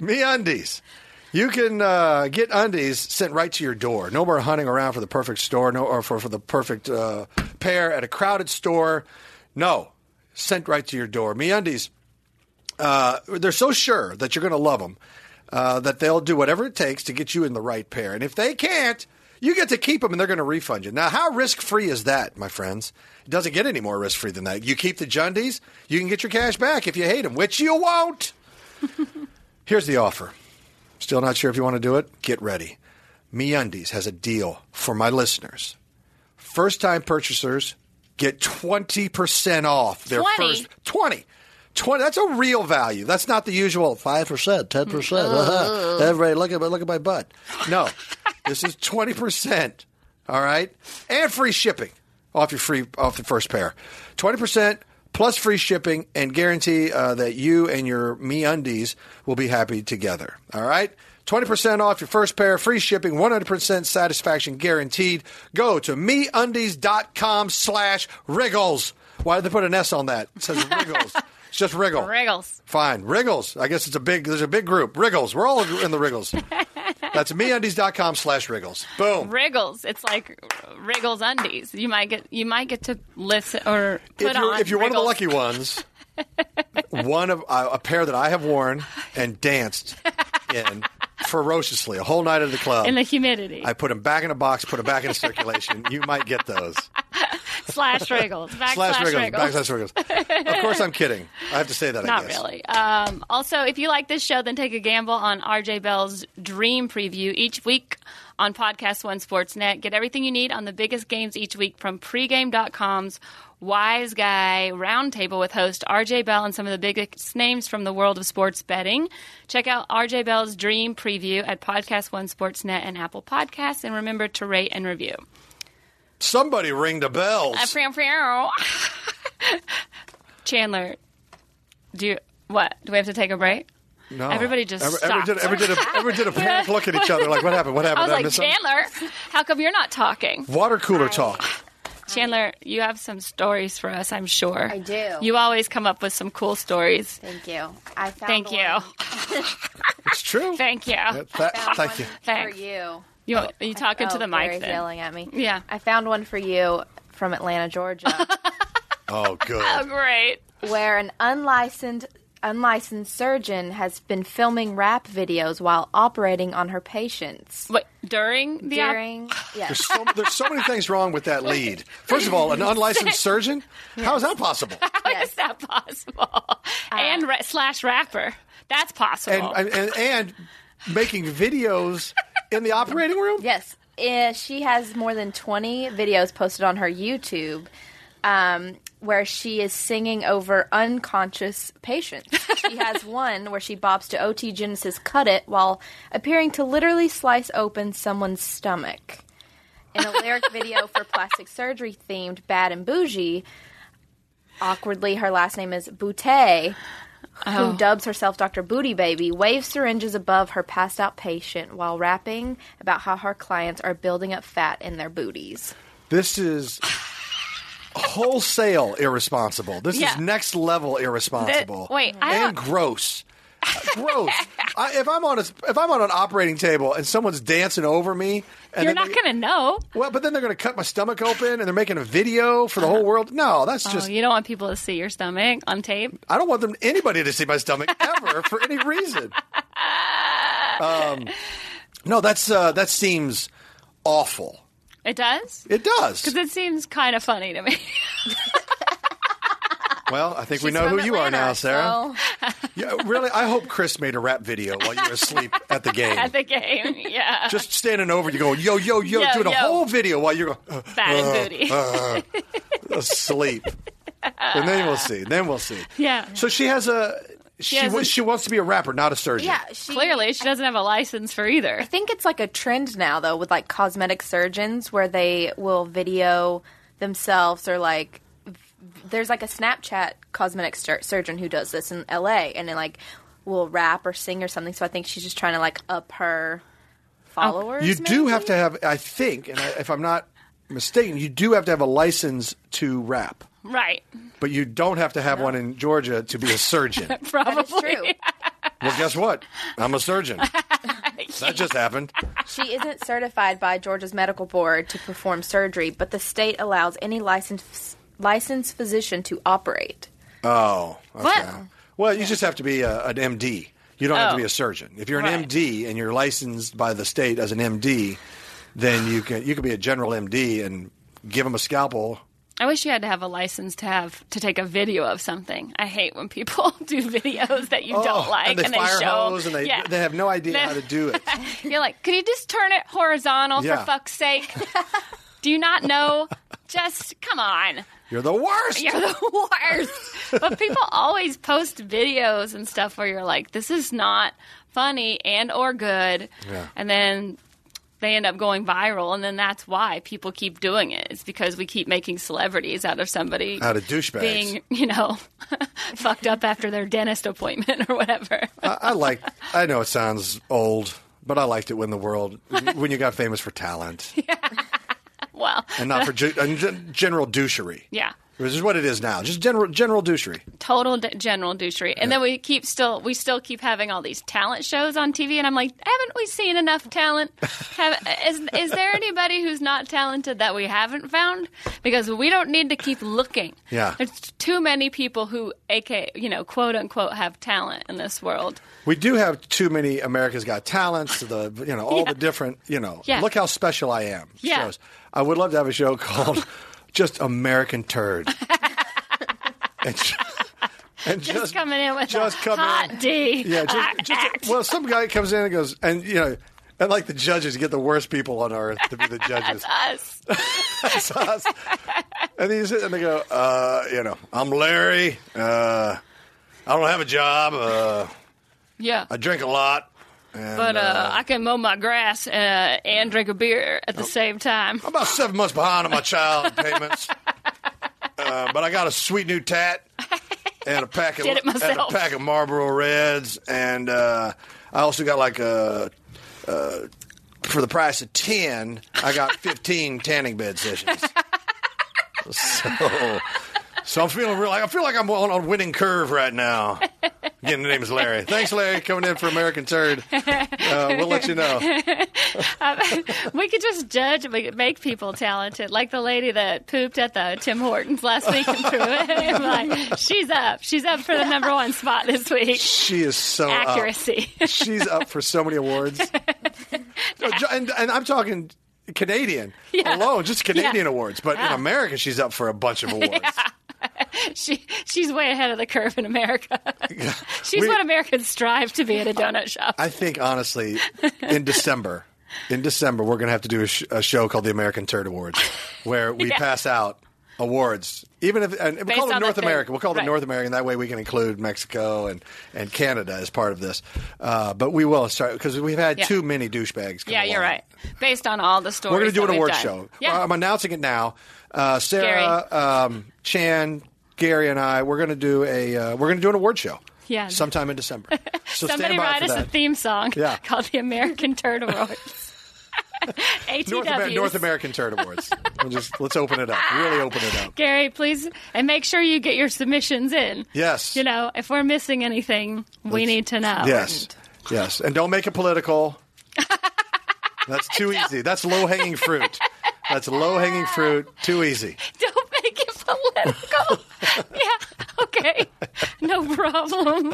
[SPEAKER 1] Me undies. You can uh, get undies sent right to your door. No more hunting around for the perfect store, no, or for, for the perfect uh, pair at a crowded store. No, sent right to your door. Me undies. Uh, they're so sure that you're going to love them uh, that they'll do whatever it takes to get you in the right pair. And if they can't, you get to keep them and they're going to refund you. Now, how risk free is that, my friends? It doesn't get any more risk free than that. You keep the Jundies, you can get your cash back if you hate them, which you won't. Here's the offer. Still not sure if you want to do it? Get ready. MeUndies has a deal for my listeners. First time purchasers get 20% off their
[SPEAKER 2] 20?
[SPEAKER 1] first 20. 20 that's a real value. That's not the usual 5%, 10%. uh-huh. Everybody look at my look at my butt. No. this is 20%, all right? And free shipping off your free off the first pair. 20% plus free shipping and guarantee uh, that you and your me undies will be happy together. All right? 20% off your first pair, free shipping, 100% satisfaction guaranteed. Go to meundies.com slash wriggles. Why did they put an S on that? It says wriggles. It's just wriggle.
[SPEAKER 2] Wriggles.
[SPEAKER 1] Fine. Wriggles. I guess it's a big, there's a big group. Wriggles. We're all in the wriggles. That's meundies.com slash wriggles. Boom.
[SPEAKER 2] Wriggles. It's like Wriggles undies. You might get you might get to listen or put
[SPEAKER 1] if you're,
[SPEAKER 2] on.
[SPEAKER 1] if you're one of the lucky
[SPEAKER 2] Wriggles.
[SPEAKER 1] ones, one of uh, a pair that I have worn and danced in ferociously a whole night at the club.
[SPEAKER 2] in the humidity
[SPEAKER 1] I put them back in a box, put them back in circulation. You might get those.
[SPEAKER 2] slash Wriggles backslash
[SPEAKER 1] Slash
[SPEAKER 2] Wriggles.
[SPEAKER 1] wriggles, backslash wriggles. Of course, I'm kidding. I have to say that.
[SPEAKER 2] Not
[SPEAKER 1] I guess.
[SPEAKER 2] really. Um, also, if you like this show, then take a gamble on RJ Bell's Dream Preview each week on Podcast One Sportsnet. Get everything you need on the biggest games each week from pregame.com's Wise Guy Roundtable with host RJ Bell and some of the biggest names from the world of sports betting. Check out RJ Bell's Dream Preview at Podcast One Sportsnet and Apple Podcasts. And remember to rate and review.
[SPEAKER 1] Somebody ring the bells.
[SPEAKER 2] Uh, frown, frown. Chandler, do you, what? Do we have to take a break?
[SPEAKER 1] no.
[SPEAKER 2] everybody just
[SPEAKER 1] Ever- ever did,
[SPEAKER 2] stopped.
[SPEAKER 1] ever did a, ever did a panic look at each other like, what happened? What happened?
[SPEAKER 2] I was like, Oh.
[SPEAKER 1] missed something?
[SPEAKER 2] Chandler, how come you're not talking?
[SPEAKER 1] Water cooler talk.
[SPEAKER 2] Chandler, you have some stories for us, I'm sure.
[SPEAKER 4] I do.
[SPEAKER 2] You always come up with some cool stories.
[SPEAKER 4] Thank you. I found
[SPEAKER 2] Thank
[SPEAKER 4] one.
[SPEAKER 2] you.
[SPEAKER 1] It's true.
[SPEAKER 2] Thank you.
[SPEAKER 1] That- that-
[SPEAKER 4] Found
[SPEAKER 1] thank
[SPEAKER 4] one
[SPEAKER 1] you.
[SPEAKER 2] Thanks.
[SPEAKER 4] For you.
[SPEAKER 2] You, are you talking to
[SPEAKER 4] Oh,
[SPEAKER 2] the mic
[SPEAKER 4] Gary's
[SPEAKER 2] then?
[SPEAKER 4] yelling at me.
[SPEAKER 2] Yeah.
[SPEAKER 4] I found one for you from Atlanta, Georgia,
[SPEAKER 1] Oh, good.
[SPEAKER 2] Oh, great.
[SPEAKER 4] where an unlicensed unlicensed surgeon has been filming rap videos while operating on her patients
[SPEAKER 2] What, during the op-
[SPEAKER 4] during yes.
[SPEAKER 1] There's so, there's so many things wrong with that lead. First of all, an unlicensed surgeon? How is that possible?
[SPEAKER 2] How is that possible?
[SPEAKER 4] Uh,
[SPEAKER 2] and ra- slash rapper. That's possible.
[SPEAKER 1] And, and, and making videos in the operating room?
[SPEAKER 4] Yes. Eh, Uh, she has more than 20 videos posted on her YouTube um, where she is singing over unconscious patients. She has one where she bops to OT Genesis Cut It while appearing to literally slice open someone's stomach. In a lyric video for plastic surgery themed Bad and Bougie, awkwardly, her last name is Boutte, who dubs herself Dr. Booty Baby, waves syringes above her passed out patient while rapping about how her clients are building up fat in their booties.
[SPEAKER 1] This is wholesale irresponsible. This
[SPEAKER 2] Yeah.
[SPEAKER 1] is next level irresponsible.
[SPEAKER 2] wait, I
[SPEAKER 1] and
[SPEAKER 2] don't-
[SPEAKER 1] gross. Uh, gross. I, if I'm on a, if I'm on an operating table and someone's dancing over me, and then
[SPEAKER 2] You're not
[SPEAKER 1] they-
[SPEAKER 2] going to know.
[SPEAKER 1] Well, but then they're going to cut my stomach open, and they're making a video for the whole world. No, that's
[SPEAKER 2] oh,
[SPEAKER 1] just.
[SPEAKER 2] you don't want people to see your stomach on tape.
[SPEAKER 1] I don't want them anybody to see my stomach ever for any reason. Um, no, that's uh, that seems awful.
[SPEAKER 2] It does?
[SPEAKER 1] It does.
[SPEAKER 2] It seems kind of funny to me.
[SPEAKER 1] Well, I think we
[SPEAKER 4] She's
[SPEAKER 1] know
[SPEAKER 4] from
[SPEAKER 1] who you are
[SPEAKER 4] Atlanta,
[SPEAKER 1] now, Sarah.
[SPEAKER 4] so-
[SPEAKER 1] Yeah, really, I hope Chris made a rap video while you were asleep at the game.
[SPEAKER 2] At the game, yeah.
[SPEAKER 1] Just standing over you, going yo yo yo,
[SPEAKER 2] Yo,
[SPEAKER 1] doing a
[SPEAKER 2] yo.
[SPEAKER 1] whole video while you're uh,
[SPEAKER 2] Fat and booty.
[SPEAKER 1] asleep, and then we'll see. Then we'll see.
[SPEAKER 2] Yeah.
[SPEAKER 1] So she has a. She,
[SPEAKER 2] has
[SPEAKER 1] wa-
[SPEAKER 2] a-
[SPEAKER 1] she wants to be a rapper, not a surgeon.
[SPEAKER 4] Yeah, she,
[SPEAKER 2] Clearly, she doesn't have a license for either.
[SPEAKER 4] I think it's like a trend now, though, with like cosmetic surgeons where they will video themselves or like. v- There's like a Snapchat cosmetic sur- surgeon who does this in LA and then like will rap or sing or something. So I think she's just trying to like up her Oh. followers.
[SPEAKER 1] You do
[SPEAKER 4] maybe?
[SPEAKER 1] have to have, I think, and I, if I'm not mistaken, you do have to have a license to rap,
[SPEAKER 2] Right.
[SPEAKER 1] but you don't have to have one in Georgia to be a surgeon.
[SPEAKER 4] That is true.
[SPEAKER 1] well, guess what? I'm a surgeon. That just happened.
[SPEAKER 4] She isn't certified by Georgia's medical board to perform surgery, but the state allows any licensed licensed physician to operate.
[SPEAKER 1] Oh, okay.
[SPEAKER 2] What?
[SPEAKER 1] Well, you just have to be a, an MD. You don't have to
[SPEAKER 2] Oh.
[SPEAKER 1] be a surgeon. If you're an
[SPEAKER 2] Right.
[SPEAKER 1] MD and you're licensed by the state as an MD, then you can you can be a general MD and give them a scalpel.
[SPEAKER 2] I wish you had to have a license to have to take a video of something. I hate when people do videos that you
[SPEAKER 1] Oh,
[SPEAKER 2] don't like
[SPEAKER 1] and they fire
[SPEAKER 2] show
[SPEAKER 1] hose and they
[SPEAKER 2] yeah.
[SPEAKER 1] they have no idea how to do it.
[SPEAKER 2] You're like, could you just turn it horizontal
[SPEAKER 1] Yeah.
[SPEAKER 2] for fuck's sake? do you not know? Just come on.
[SPEAKER 1] You're the worst.
[SPEAKER 2] You're the worst. but people always post videos and stuff where you're like, this is not funny and or good.
[SPEAKER 1] Yeah.
[SPEAKER 2] And then they end up going viral and then that's why people keep doing it. It's because we keep making celebrities out of somebody
[SPEAKER 1] Out of douchebags.
[SPEAKER 2] being, you know, fucked up after their dentist appointment or whatever.
[SPEAKER 1] I, I like. I know it sounds old, but I liked it when the world when you got famous for talent
[SPEAKER 2] well,
[SPEAKER 1] and not for ge- and gen- general douchery.
[SPEAKER 2] yeah.
[SPEAKER 1] which is what it is now. Just general general douchery.
[SPEAKER 2] total d- general douchery. And then we keep still we still keep having all these talent shows on TV, and I'm like, haven't we seen enough talent? Have, is is there anybody who's not talented that we haven't found? Because we don't need to keep looking.
[SPEAKER 1] Yeah.
[SPEAKER 2] there's too many people who, aka you know, quote unquote, have talent in this world.
[SPEAKER 1] We do have too many America's Got Talents. The you know all the different you know.
[SPEAKER 2] Yeah.
[SPEAKER 1] Look how special I am.
[SPEAKER 2] Yeah.
[SPEAKER 1] Shows. I would love to have a show called Just American Turd. and ju- and
[SPEAKER 2] Just, coming in Ah, with
[SPEAKER 1] just
[SPEAKER 2] a
[SPEAKER 1] come
[SPEAKER 2] hot
[SPEAKER 1] in.
[SPEAKER 2] D.
[SPEAKER 1] Yeah,
[SPEAKER 2] hot
[SPEAKER 1] just,
[SPEAKER 2] act.
[SPEAKER 1] just well, some guy comes in and goes, and you know, and like the judges get the worst people on earth to be the judges.
[SPEAKER 2] us.
[SPEAKER 1] That's us. And they sit and they go, uh, you know, I'm Larry. Uh, I don't have a job. Uh,
[SPEAKER 2] Yeah.
[SPEAKER 1] I drink a lot. And,
[SPEAKER 2] but uh, I can mow my grass uh, and drink a beer at the
[SPEAKER 1] Oh.
[SPEAKER 2] same time.
[SPEAKER 1] I'm about seven months behind on my child payments. Uh, but I got a sweet new tat and a pack of
[SPEAKER 2] Did it
[SPEAKER 1] and a
[SPEAKER 2] myself.
[SPEAKER 1] pack of Marlboro Reds, and uh, I also got like a. Uh, for the price of 10, I got 15 tanning bed sessions. So, so I'm feeling real. I feel like I'm on a winning curve right now. Again, the name is Larry. Thanks, Larry, coming in for American Turd. Uh, we'll let you know.
[SPEAKER 2] We could just judge and we could make people talented, like the lady that pooped at the Tim Hortons last week and threw it. I'm like, she's up. She's up for the number one spot this week.
[SPEAKER 1] She is so up.
[SPEAKER 2] Accuracy.
[SPEAKER 1] She's up for so many awards. No, ju- and, and I'm talking Canadian
[SPEAKER 2] Yeah.
[SPEAKER 1] alone, just Canadian
[SPEAKER 2] Yeah.
[SPEAKER 1] awards. But in America, she's up for a bunch of awards.
[SPEAKER 2] She she's way ahead of the curve in America. She's
[SPEAKER 1] We-
[SPEAKER 2] what Americans strive to be at a donut shop.
[SPEAKER 1] I think, honestly, in December, in December, we're going to have to do a, sh- a show called the American Turd Awards where we pass out awards, even if and we
[SPEAKER 2] Based
[SPEAKER 1] call it
[SPEAKER 2] on
[SPEAKER 1] North
[SPEAKER 2] the thing.
[SPEAKER 1] America. We'll call it
[SPEAKER 2] Right.
[SPEAKER 1] North American. That way, we can include Mexico and, and Canada as part of this. Uh, but we will start because we've had
[SPEAKER 2] Yeah.
[SPEAKER 1] too many douchebags. come
[SPEAKER 2] Yeah, you're
[SPEAKER 1] along.
[SPEAKER 2] right. Based on all the stories,
[SPEAKER 1] We're going to do
[SPEAKER 2] that
[SPEAKER 1] an
[SPEAKER 2] we've
[SPEAKER 1] award
[SPEAKER 2] done.
[SPEAKER 1] show.
[SPEAKER 2] Yeah,
[SPEAKER 1] Uh, I'm announcing it now. Uh, Sarah, um, Chan, Gary, and I. We're going to do a uh, we're going to do an award show.
[SPEAKER 2] Yeah.
[SPEAKER 1] sometime in December. So
[SPEAKER 2] somebody
[SPEAKER 1] stand by
[SPEAKER 2] write
[SPEAKER 1] for
[SPEAKER 2] us a
[SPEAKER 1] that.
[SPEAKER 2] theme song
[SPEAKER 1] Yeah.
[SPEAKER 2] called the American Turtle Awards. ATWs.
[SPEAKER 1] North, Amer- North American Turd Awards. we'll just let's open it up. Really open it up.
[SPEAKER 2] Gary, please, and make sure you get your submissions in.
[SPEAKER 1] Yes.
[SPEAKER 2] You know, if we're missing anything, we need to know.
[SPEAKER 1] Yes. Yes. And don't make it political. That's too easy. That's low hanging fruit. That's low hanging fruit. Too easy.
[SPEAKER 2] Don't make it political. yeah. Okay. No problem.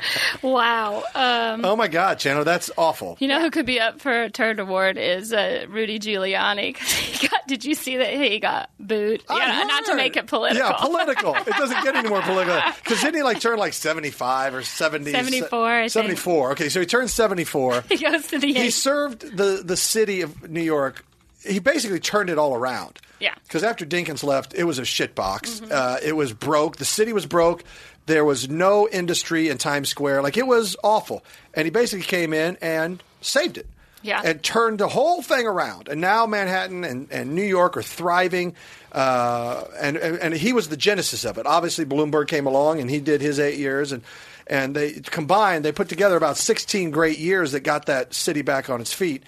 [SPEAKER 2] wow. Um,
[SPEAKER 1] Oh my God, Chano, that's awful.
[SPEAKER 2] you know who could be up for a turd award is uh, Rudy Giuliani. 'Cause he got, did you see that he got booed?
[SPEAKER 1] I
[SPEAKER 2] Yeah, not to
[SPEAKER 1] heard.
[SPEAKER 2] make it political.
[SPEAKER 1] Yeah, political. It doesn't get any more political. Because didn't he like turn like 75 or 70?
[SPEAKER 2] 74, I think.
[SPEAKER 1] 74. Okay, so he turned 74.
[SPEAKER 2] he goes to the
[SPEAKER 1] he
[SPEAKER 2] Yankee-
[SPEAKER 1] served the the city of New York. He basically turned it all around.
[SPEAKER 2] Yeah. Mm-hmm.
[SPEAKER 1] Because after Dinkins left, it was a shit box. Uh, it was broke. The city was broke. There was no industry in Times Square. Like it was awful. And he basically came in and saved it.
[SPEAKER 2] Yeah.
[SPEAKER 1] And turned the whole thing around. And now Manhattan and, and New York are thriving. Uh, and, and and he was the genesis of it. Obviously, Bloomberg came along and he did his eight years and. And they combined, they put together about 16 great years that got that city back on its feet.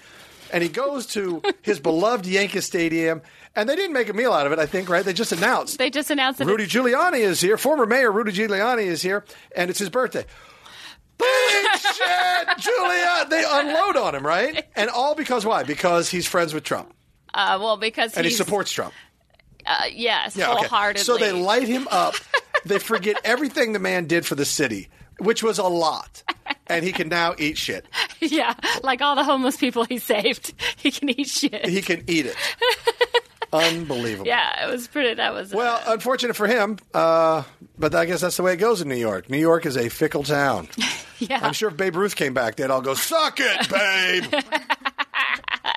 [SPEAKER 1] And he goes to his beloved Yankee Stadium, and they didn't make a meal out of it, I think, right? They just announced
[SPEAKER 2] They just announced that
[SPEAKER 1] Rudy Giuliani is here, former mayor Rudy Giuliani is here, and it's his birthday. Big shit, Giuliani! They unload on him, right? And all because why? Because he's friends with Trump
[SPEAKER 2] Uh, well, because
[SPEAKER 1] and he
[SPEAKER 2] he's,
[SPEAKER 1] supports Trump.
[SPEAKER 2] Uh, yes,
[SPEAKER 1] Yeah, okay.
[SPEAKER 2] wholeheartedly.
[SPEAKER 1] So they light him up. they forget everything the man did for the city, which was a lot, and he can now eat shit.
[SPEAKER 2] yeah, like all the homeless people he saved, he can eat shit.
[SPEAKER 1] He can eat it. Unbelievable.
[SPEAKER 2] yeah, it was pretty. That was uh,
[SPEAKER 1] Well, unfortunate for him, uh, but I guess that's the way it goes in New York. New York is a fickle town.
[SPEAKER 2] yeah,
[SPEAKER 1] I'm sure if Babe Ruth came back, they'd all go, "Suck it, Babe,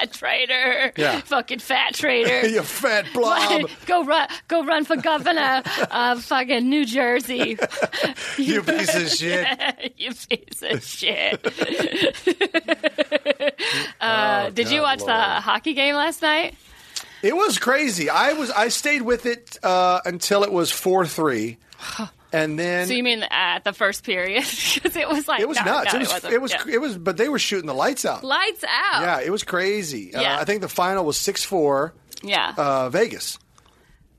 [SPEAKER 2] a traitor.
[SPEAKER 1] Yeah. um,
[SPEAKER 2] fucking fat traitor.
[SPEAKER 1] you fat blob,
[SPEAKER 2] go run, go run for governor of fucking New Jersey.
[SPEAKER 1] you piece of shit."
[SPEAKER 2] you piece of shit. uh, did you
[SPEAKER 1] Oh, God,
[SPEAKER 2] watch the
[SPEAKER 1] Lord.
[SPEAKER 2] hockey game last night?
[SPEAKER 1] It was crazy. I was I stayed with it uh, until it was four three, and then
[SPEAKER 2] So you mean at the first period? Because it was like
[SPEAKER 1] it was
[SPEAKER 2] no,
[SPEAKER 1] nuts.
[SPEAKER 2] no,
[SPEAKER 1] it was
[SPEAKER 2] wasn't.
[SPEAKER 1] it was
[SPEAKER 2] Yeah.
[SPEAKER 1] it was, but they were shooting the lights out.
[SPEAKER 2] lights out.
[SPEAKER 1] Yeah, it was crazy.
[SPEAKER 2] Yeah.
[SPEAKER 1] Uh, I think the final was six four.
[SPEAKER 2] Yeah.
[SPEAKER 1] Uh, Vegas.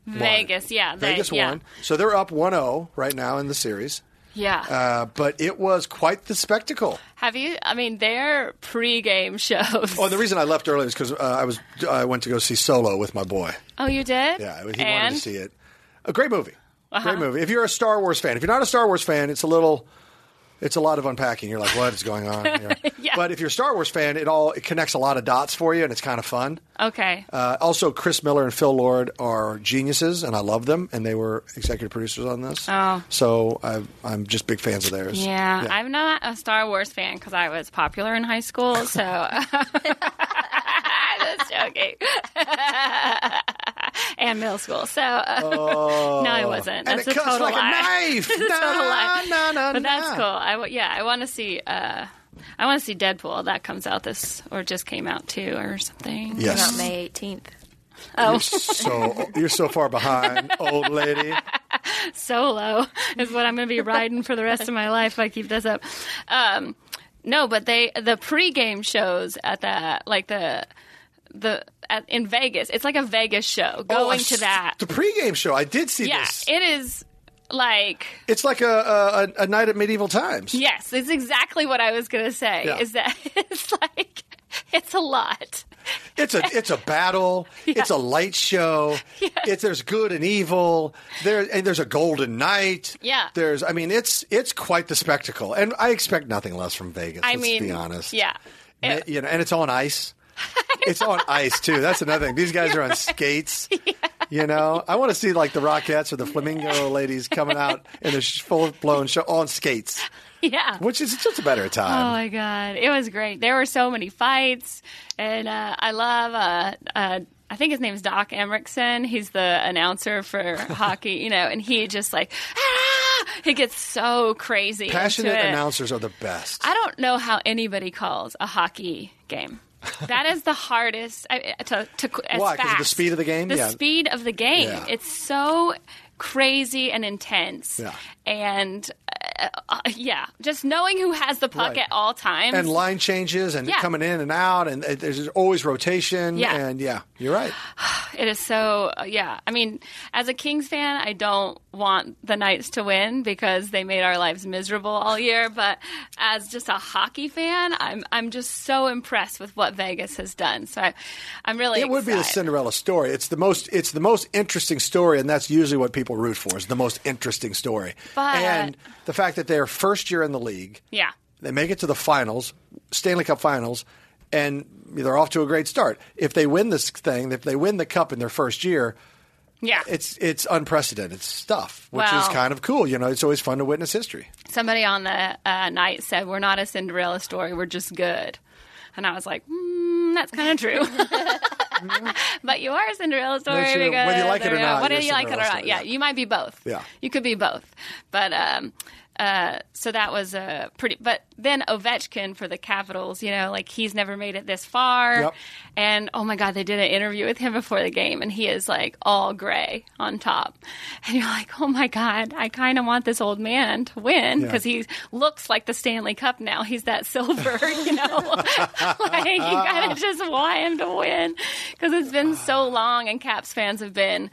[SPEAKER 2] Vegas, yeah. They,
[SPEAKER 1] Vegas
[SPEAKER 2] yeah.
[SPEAKER 1] won. So they're up 1-0 right now in the series.
[SPEAKER 2] Yeah.
[SPEAKER 1] Uh, but it was quite the spectacle.
[SPEAKER 2] Have you, I mean, their pregame shows.
[SPEAKER 1] Oh, and the reason I left early was because uh, I was I went to go see Solo with my boy.
[SPEAKER 2] Oh, you did?
[SPEAKER 1] Yeah, he wanted
[SPEAKER 2] and Uh-huh.
[SPEAKER 1] to see it. A great movie. Great movie. If you're a Star Wars fan, if you're not a Star Wars fan, it's a little, it's a lot of unpacking. You're like, what is going on? here?
[SPEAKER 2] Yeah.
[SPEAKER 1] But if you're a Star Wars fan, it all it connects a lot of dots for you, and it's kind of fun.
[SPEAKER 2] Okay.
[SPEAKER 1] Uh, also, Chris Miller and Phil Lord are geniuses, and I love them, and they were executive producers on this.
[SPEAKER 2] Oh.
[SPEAKER 1] So I, I'm just big fans of theirs.
[SPEAKER 2] yeah, I'm not a Star Wars fan because I was popular in high school, so I'm just joking. and middle school, so uh, no, I wasn't.
[SPEAKER 1] Oh. and
[SPEAKER 2] That's
[SPEAKER 1] it
[SPEAKER 2] a
[SPEAKER 1] cuts
[SPEAKER 2] total
[SPEAKER 1] like
[SPEAKER 2] lie.
[SPEAKER 1] a knife.
[SPEAKER 2] That's a total lie.
[SPEAKER 1] No, no, no.
[SPEAKER 2] but that's cool. I w- yeah, I want to see. Uh, I want to see Deadpool. That comes out this or just came out too or something.
[SPEAKER 4] Came out
[SPEAKER 1] Yes.
[SPEAKER 4] May 18th.
[SPEAKER 1] You're so you're so far behind, old lady.
[SPEAKER 2] solo is what I'm going to be riding for the rest of my life if I keep this up. Um, no, but they the pregame shows at the like the the at, in Vegas. It's like a Vegas show.
[SPEAKER 1] Oh,
[SPEAKER 2] Going
[SPEAKER 1] I
[SPEAKER 2] to
[SPEAKER 1] s-
[SPEAKER 2] that,
[SPEAKER 1] The pregame show. I did see
[SPEAKER 2] yeah,
[SPEAKER 1] this.
[SPEAKER 2] it is like
[SPEAKER 1] it's like a, a a night at medieval times.
[SPEAKER 2] yes, it's exactly what I was going to say.
[SPEAKER 1] Yeah.
[SPEAKER 2] Is that it's like it's a lot.
[SPEAKER 1] It's a it's a battle. It's a light show. It's there's good and evil. There and there's a golden knight.
[SPEAKER 2] Yeah.
[SPEAKER 1] There's I mean it's it's quite the spectacle. And I expect nothing less from Vegas.
[SPEAKER 2] I
[SPEAKER 1] let's
[SPEAKER 2] mean,
[SPEAKER 1] be honest.
[SPEAKER 2] yeah.
[SPEAKER 1] Ma- you know, and it's on ice. It's on ice too. That's another thing. These guys are on skates. You know, I want to see like the Rockettes or the Flamingo ladies coming out in a full blown show on skates,
[SPEAKER 2] Yeah.
[SPEAKER 1] which is just a better
[SPEAKER 2] Oh
[SPEAKER 1] time.
[SPEAKER 2] my god, it was great. There were so many fights, and uh, I love. Uh, uh, I think his name's Doc Emrickson. He's the announcer for hockey, you know, and he just like, ah! he gets so crazy.
[SPEAKER 1] Passionate
[SPEAKER 2] into it.
[SPEAKER 1] announcers are the best.
[SPEAKER 2] I don't know how anybody calls a hockey game. That is the hardest I, to, to as
[SPEAKER 1] Why? 'Cause of the
[SPEAKER 2] fast.
[SPEAKER 1] speed of the game?
[SPEAKER 2] The
[SPEAKER 1] Yeah.
[SPEAKER 2] speed of the game.
[SPEAKER 1] Yeah.
[SPEAKER 2] It's so crazy and intense.
[SPEAKER 1] Yeah.
[SPEAKER 2] And uh, uh, yeah, just knowing who has the puck
[SPEAKER 1] Right.
[SPEAKER 2] at all times.
[SPEAKER 1] and line changes and
[SPEAKER 2] Yeah.
[SPEAKER 1] coming in and out and uh, there's always rotation
[SPEAKER 2] Yeah.
[SPEAKER 1] and yeah you're right
[SPEAKER 2] It is so, uh, yeah. I mean, as a Kings fan, I don't want the Knights to win because they made our lives miserable all year. But as just a hockey fan, I'm I'm just so impressed with what Vegas has done. So I, I'm really
[SPEAKER 1] it would be the
[SPEAKER 2] excited.
[SPEAKER 1] Cinderella story it's the most it's the most interesting story and that's usually what people root for is the most interesting story
[SPEAKER 2] But-
[SPEAKER 1] and the fact that they're first year in the league
[SPEAKER 2] Yeah.
[SPEAKER 1] they make it to the finals Stanley Cup finals and they're off to a great start if they win this thing if they win the cup in their first year
[SPEAKER 2] Yeah.
[SPEAKER 1] it's it's unprecedented stuff which is
[SPEAKER 2] Well-
[SPEAKER 1] kind of cool you know it's always fun to witness history
[SPEAKER 2] Somebody on the uh, night said, We're not a Cinderella story, we're just good. And I was like, mm, That's kind of true. but you are a Cinderella story
[SPEAKER 1] sure,
[SPEAKER 2] because
[SPEAKER 1] whether you like it or
[SPEAKER 2] there we go.
[SPEAKER 1] not,
[SPEAKER 2] Whether
[SPEAKER 1] you're a
[SPEAKER 2] you like it or
[SPEAKER 1] Cinderella
[SPEAKER 2] not,
[SPEAKER 1] story,
[SPEAKER 2] yeah,
[SPEAKER 1] yeah.
[SPEAKER 2] you might be both.
[SPEAKER 1] Yeah.
[SPEAKER 2] you could be both. But um, uh, so that was a pretty. But then Ovechkin for the Capitals, you know, like he's never made it this far.
[SPEAKER 1] Yep.
[SPEAKER 2] And oh my God, they did an interview with him before the game, and he is like all gray on top, and you're like, oh my God, I kind of want this old man to win
[SPEAKER 1] Yeah.
[SPEAKER 2] because he looks like the Stanley Cup now. He's that silver, you know. like you gotta just want him to win because it's been so long, and Caps fans have been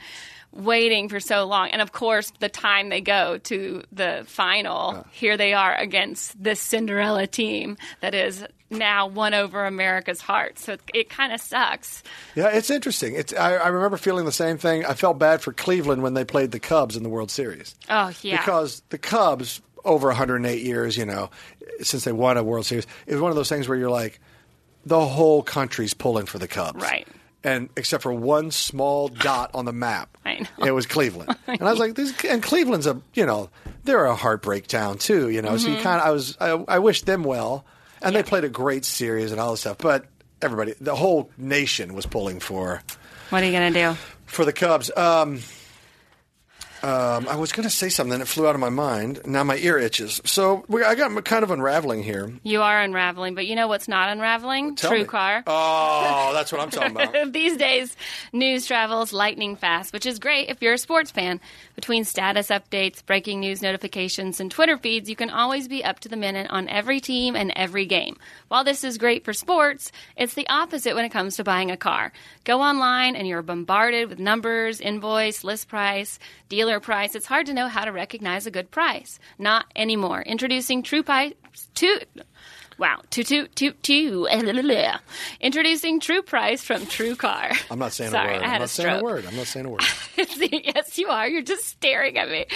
[SPEAKER 2] waiting for so long. And of course, the time they go to the final, here they are against this Cinderella team that is now won over America's heart. So it, it kind of sucks.
[SPEAKER 1] Yeah, it's interesting. It's I, I remember feeling the same thing. I felt bad for Cleveland when they played the Cubs in the World Series.
[SPEAKER 2] Oh, yeah.
[SPEAKER 1] Because the Cubs over 108 years, you know, since they won a World Series, it was one of those things where you're like the whole country's pulling for the Cubs.
[SPEAKER 2] Right.
[SPEAKER 1] And except for one small dot on the map,
[SPEAKER 2] I know.
[SPEAKER 1] it was Cleveland. And I was like, this, and Cleveland's a, you know, they're a heartbreak town too, you know. So you
[SPEAKER 2] Mm-hmm.
[SPEAKER 1] kind of, I was, I, I wished them well. And they played a great series and all this stuff. But everybody, the whole nation was pulling for
[SPEAKER 2] What are you gonna do?
[SPEAKER 1] for the Cubs. Um, um, I was going to say something, and it flew out of my mind. Now my ear itches. So we, I got kind of unraveling here.
[SPEAKER 2] You are unraveling, but you know what's not unraveling?
[SPEAKER 1] Tell
[SPEAKER 2] True
[SPEAKER 1] me.
[SPEAKER 2] car.
[SPEAKER 1] Oh, that's what I'm talking about.
[SPEAKER 2] These days, news travels lightning fast, which is great if you're a sports fan. Between status updates, breaking news notifications, and Twitter feeds, you can always be up to the minute on every team and every game. While this is great for sports, it's the opposite when it comes to buying a car. Go online and you're bombarded with numbers, invoice, list price, dealer price. It's hard to know how to recognize a good price. Not anymore. Introducing True Price. Two, Wow. Toot, toot, toot, toot. Introducing True Price from True Car.
[SPEAKER 1] I'm not saying
[SPEAKER 2] Sorry,
[SPEAKER 1] a word.
[SPEAKER 2] I
[SPEAKER 1] I'm
[SPEAKER 2] had
[SPEAKER 1] not
[SPEAKER 2] a
[SPEAKER 1] saying
[SPEAKER 2] stroke.
[SPEAKER 1] a word. I'm not saying a word.
[SPEAKER 2] It's the- yes, you are. You're just staring at me.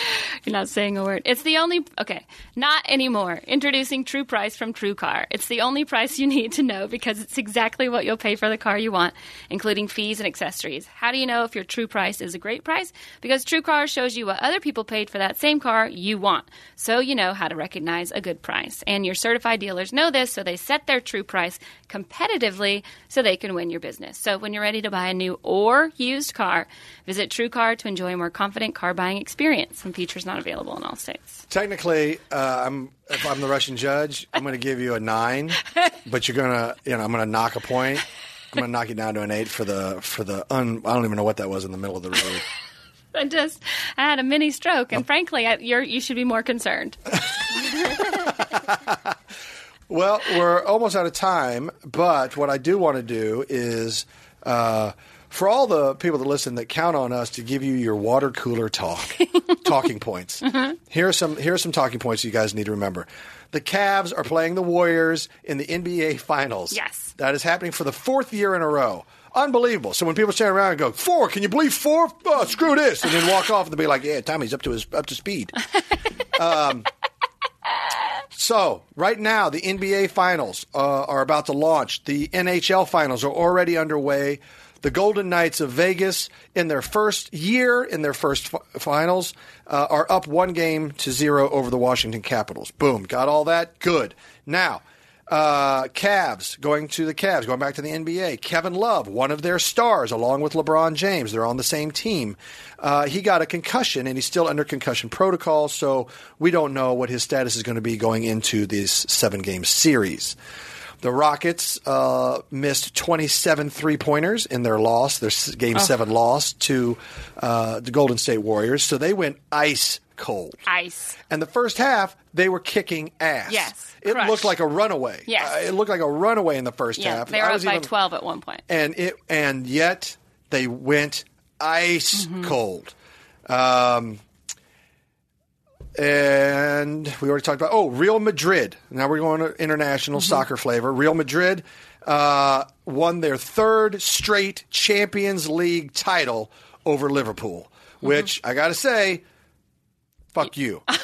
[SPEAKER 2] You're not saying a word. It's the only. Okay. Not anymore. Introducing True Price from True Car. It's the only price you need to know because it's exactly what you'll pay for the car you want, including fees and accessories. How do you know if your true price is a great price? Because True Car shows you what other people paid for that same car you want. So you know how to recognize a good price. And your certified dealers know this, so they set their true price competitively so they can win your business. So when you're ready to buy a new or used car, visit TrueCar to enjoy a more confident car buying experience. And features not available in all states.
[SPEAKER 1] Technically, uh, I'm if I'm the Russian judge, I'm going to give you a nine, but you're going to, you know, I'm going to knock a point. I'm going to knock you down to an eight for the for the un, I don't even know what that was in the middle of the road.
[SPEAKER 2] I just I had a mini stroke,
[SPEAKER 1] Oh.
[SPEAKER 2] and frankly, I, you're, you should be more concerned.
[SPEAKER 1] Well, we're almost out of time, but what I do want to do is uh, for all the people that listen that count on us to give you your water cooler talk, talking points. Here are some here are some talking points you guys need to remember. The Cavs are playing the Warriors in the NBA Finals.
[SPEAKER 2] Yes.
[SPEAKER 1] that is happening for the fourth year in a row. Unbelievable. So when people stand around and go four, can you believe four? Oh, screw this, and then walk off and they'll be like, "Yeah, Tommy's up to his up to speed." So, right now, the NBA Finals uh, are about to launch. The NHL Finals are already underway. The Golden Knights of Vegas, in their first year, in their first fi- finals, uh, are up one game to zero over the Washington Capitals. Boom. Got all that? Good. Now, Uh, Cavs, going to the Cavs, going back to the NBA. Kevin Love, one of their stars, along with LeBron James, they're on the same team. Uh, he got a concussion and he's still under concussion protocol, so we don't know what his status is going to be going into this seven game series. The Rockets uh, missed 27 three pointers in their loss, their s- game seven loss to uh, the Golden State Warriors, so they went ice cold.
[SPEAKER 2] Ice.
[SPEAKER 1] And the first half, they were kicking ass.
[SPEAKER 2] Yes,
[SPEAKER 1] It
[SPEAKER 2] crushed.
[SPEAKER 1] looked like a runaway.
[SPEAKER 2] Yes.
[SPEAKER 1] Uh, it looked like a runaway in the first
[SPEAKER 2] Yeah,
[SPEAKER 1] half.
[SPEAKER 2] they
[SPEAKER 1] I
[SPEAKER 2] were up
[SPEAKER 1] was
[SPEAKER 2] by
[SPEAKER 1] even-
[SPEAKER 2] 12 at one point.
[SPEAKER 1] And it and yet they went ice
[SPEAKER 2] Mm-hmm.
[SPEAKER 1] cold. Um and we already talked about oh Real Madrid. Now we're going to international
[SPEAKER 2] Mm-hmm.
[SPEAKER 1] soccer flavor. Real Madrid uh, won their third straight Champions League title over Liverpool,
[SPEAKER 2] Mm-hmm.
[SPEAKER 1] which I got to say, fuck you. uh,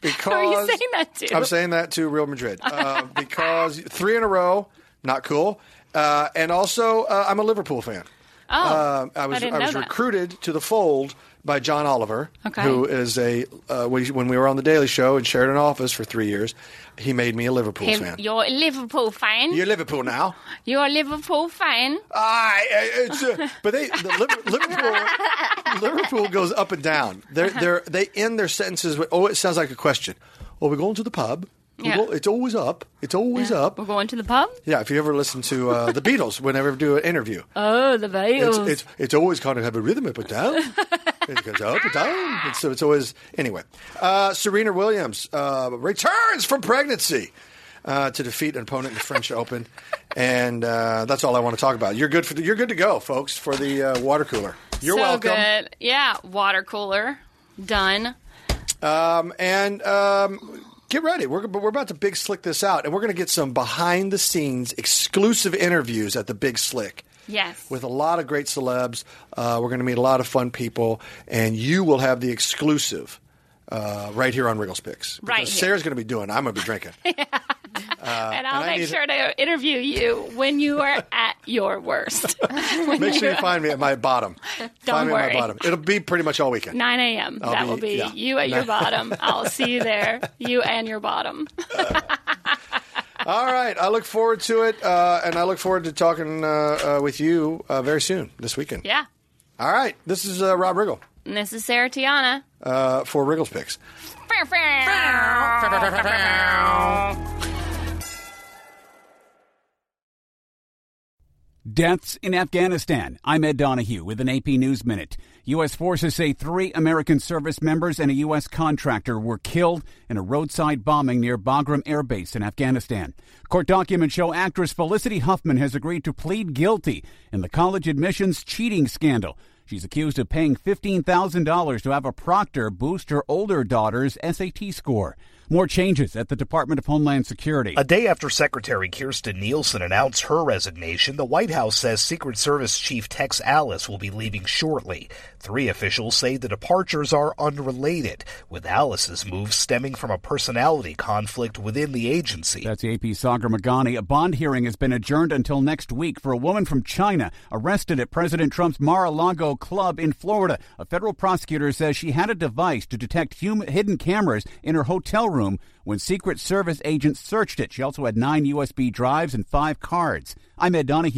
[SPEAKER 1] because
[SPEAKER 2] Are you saying that too?
[SPEAKER 1] I'm saying that to Real Madrid uh, because three in a row, not cool. Uh, and also, uh, I'm a Liverpool fan.
[SPEAKER 2] Oh,
[SPEAKER 1] Uh, I
[SPEAKER 2] I
[SPEAKER 1] was I,
[SPEAKER 2] didn't know
[SPEAKER 1] was
[SPEAKER 2] that.
[SPEAKER 1] recruited to the fold by John Oliver,
[SPEAKER 2] Okay.
[SPEAKER 1] who is a uh, we, when we were on the Daily Show and shared an office for three years, he made me a Liverpool
[SPEAKER 2] Him-
[SPEAKER 1] fan.
[SPEAKER 2] you're a Liverpool fan.
[SPEAKER 1] You're
[SPEAKER 2] You're,
[SPEAKER 1] Liverpool now.
[SPEAKER 2] a Liverpool fan.
[SPEAKER 1] I, it's, uh, but they the Liver- Liverpool Liverpool goes up and down. They're, they're, they end their sentences with oh, it sounds like a question. Well, we're going to the pub. We
[SPEAKER 2] Yeah.
[SPEAKER 1] go- it's always up. It's always up.
[SPEAKER 2] We're going to the pub.
[SPEAKER 1] Yeah, if you ever listen to uh, the Beatles, whenever they do an interview,
[SPEAKER 2] Oh, the
[SPEAKER 1] it's,
[SPEAKER 2] Beatles.
[SPEAKER 1] it's it's always kind of have a rhythm up and down. it goes up and down. And so it's always anyway. Uh, Serena Williams uh, returns from pregnancy uh, to defeat an opponent in the French Open, and uh, that's all I want to talk about. You're good for you're good to go, folks, for the uh, water cooler. You're
[SPEAKER 2] so
[SPEAKER 1] welcome.
[SPEAKER 2] good. Yeah, water cooler. Done.
[SPEAKER 1] Um, and um, get ready. We're, we're about to big slick this out, and we're going to get some behind the scenes exclusive interviews at the Big Slick.
[SPEAKER 2] Yes.
[SPEAKER 1] With a lot of great celebs. Uh, we're going to meet a lot of fun people, and you will have the exclusive. Uh, right here on Wriggles Picks.
[SPEAKER 2] Right
[SPEAKER 1] Because
[SPEAKER 2] here.
[SPEAKER 1] Sarah's going to be doing. it. I'm going to be drinking.
[SPEAKER 2] and I'll
[SPEAKER 1] and I
[SPEAKER 2] make
[SPEAKER 1] need-
[SPEAKER 2] sure to interview you when you are at your worst. When
[SPEAKER 1] Make sure
[SPEAKER 2] you're-
[SPEAKER 1] you find me at my bottom.
[SPEAKER 2] Don't
[SPEAKER 1] find me at
[SPEAKER 2] worry.
[SPEAKER 1] my bottom. It'll be pretty much all weekend.
[SPEAKER 2] 9 a.m.
[SPEAKER 1] I'll
[SPEAKER 2] that
[SPEAKER 1] be-
[SPEAKER 2] will be
[SPEAKER 1] yeah.
[SPEAKER 2] you at your bottom. I'll see you there. You and your bottom.
[SPEAKER 1] All right. I look forward to it, uh, and I look forward to talking uh, uh, with you uh, very soon this weekend.
[SPEAKER 2] Yeah.
[SPEAKER 1] All right. This is uh, Rob Riggle.
[SPEAKER 2] And this is Sarah Tiana.
[SPEAKER 1] uh, for Wriggles Picks.
[SPEAKER 2] Bow, bow.
[SPEAKER 3] Deaths in Afghanistan. I'm Ed Donahue with an AP News Minute. U.S. forces say three American service members and a U.S. contractor were killed in a roadside bombing near Bagram Air Base in Afghanistan. Court documents show actress Felicity Huffman has agreed to plead guilty in the college admissions cheating scandal. She's accused of paying $15,000 to have a proctor boost her older daughter's SAT score. More changes at the Department of Homeland Security.
[SPEAKER 5] A day after Secretary Kirsten Nielsen announced her resignation, the White House says Secret Service Chief Tex Alice will be leaving shortly. Three officials say the departures are unrelated, with Alice's move stemming from a personality conflict within the agency.
[SPEAKER 3] That's AP Sagar Magani. A bond hearing has been adjourned until next week for a woman from China arrested at President Trump's Mar-a-Lago club in Florida. A federal prosecutor says she had a device to detect hum- hidden cameras in her hotel room when Secret Service agents searched it. She also had nine USB drives and five cards. I'm Ed Donahue.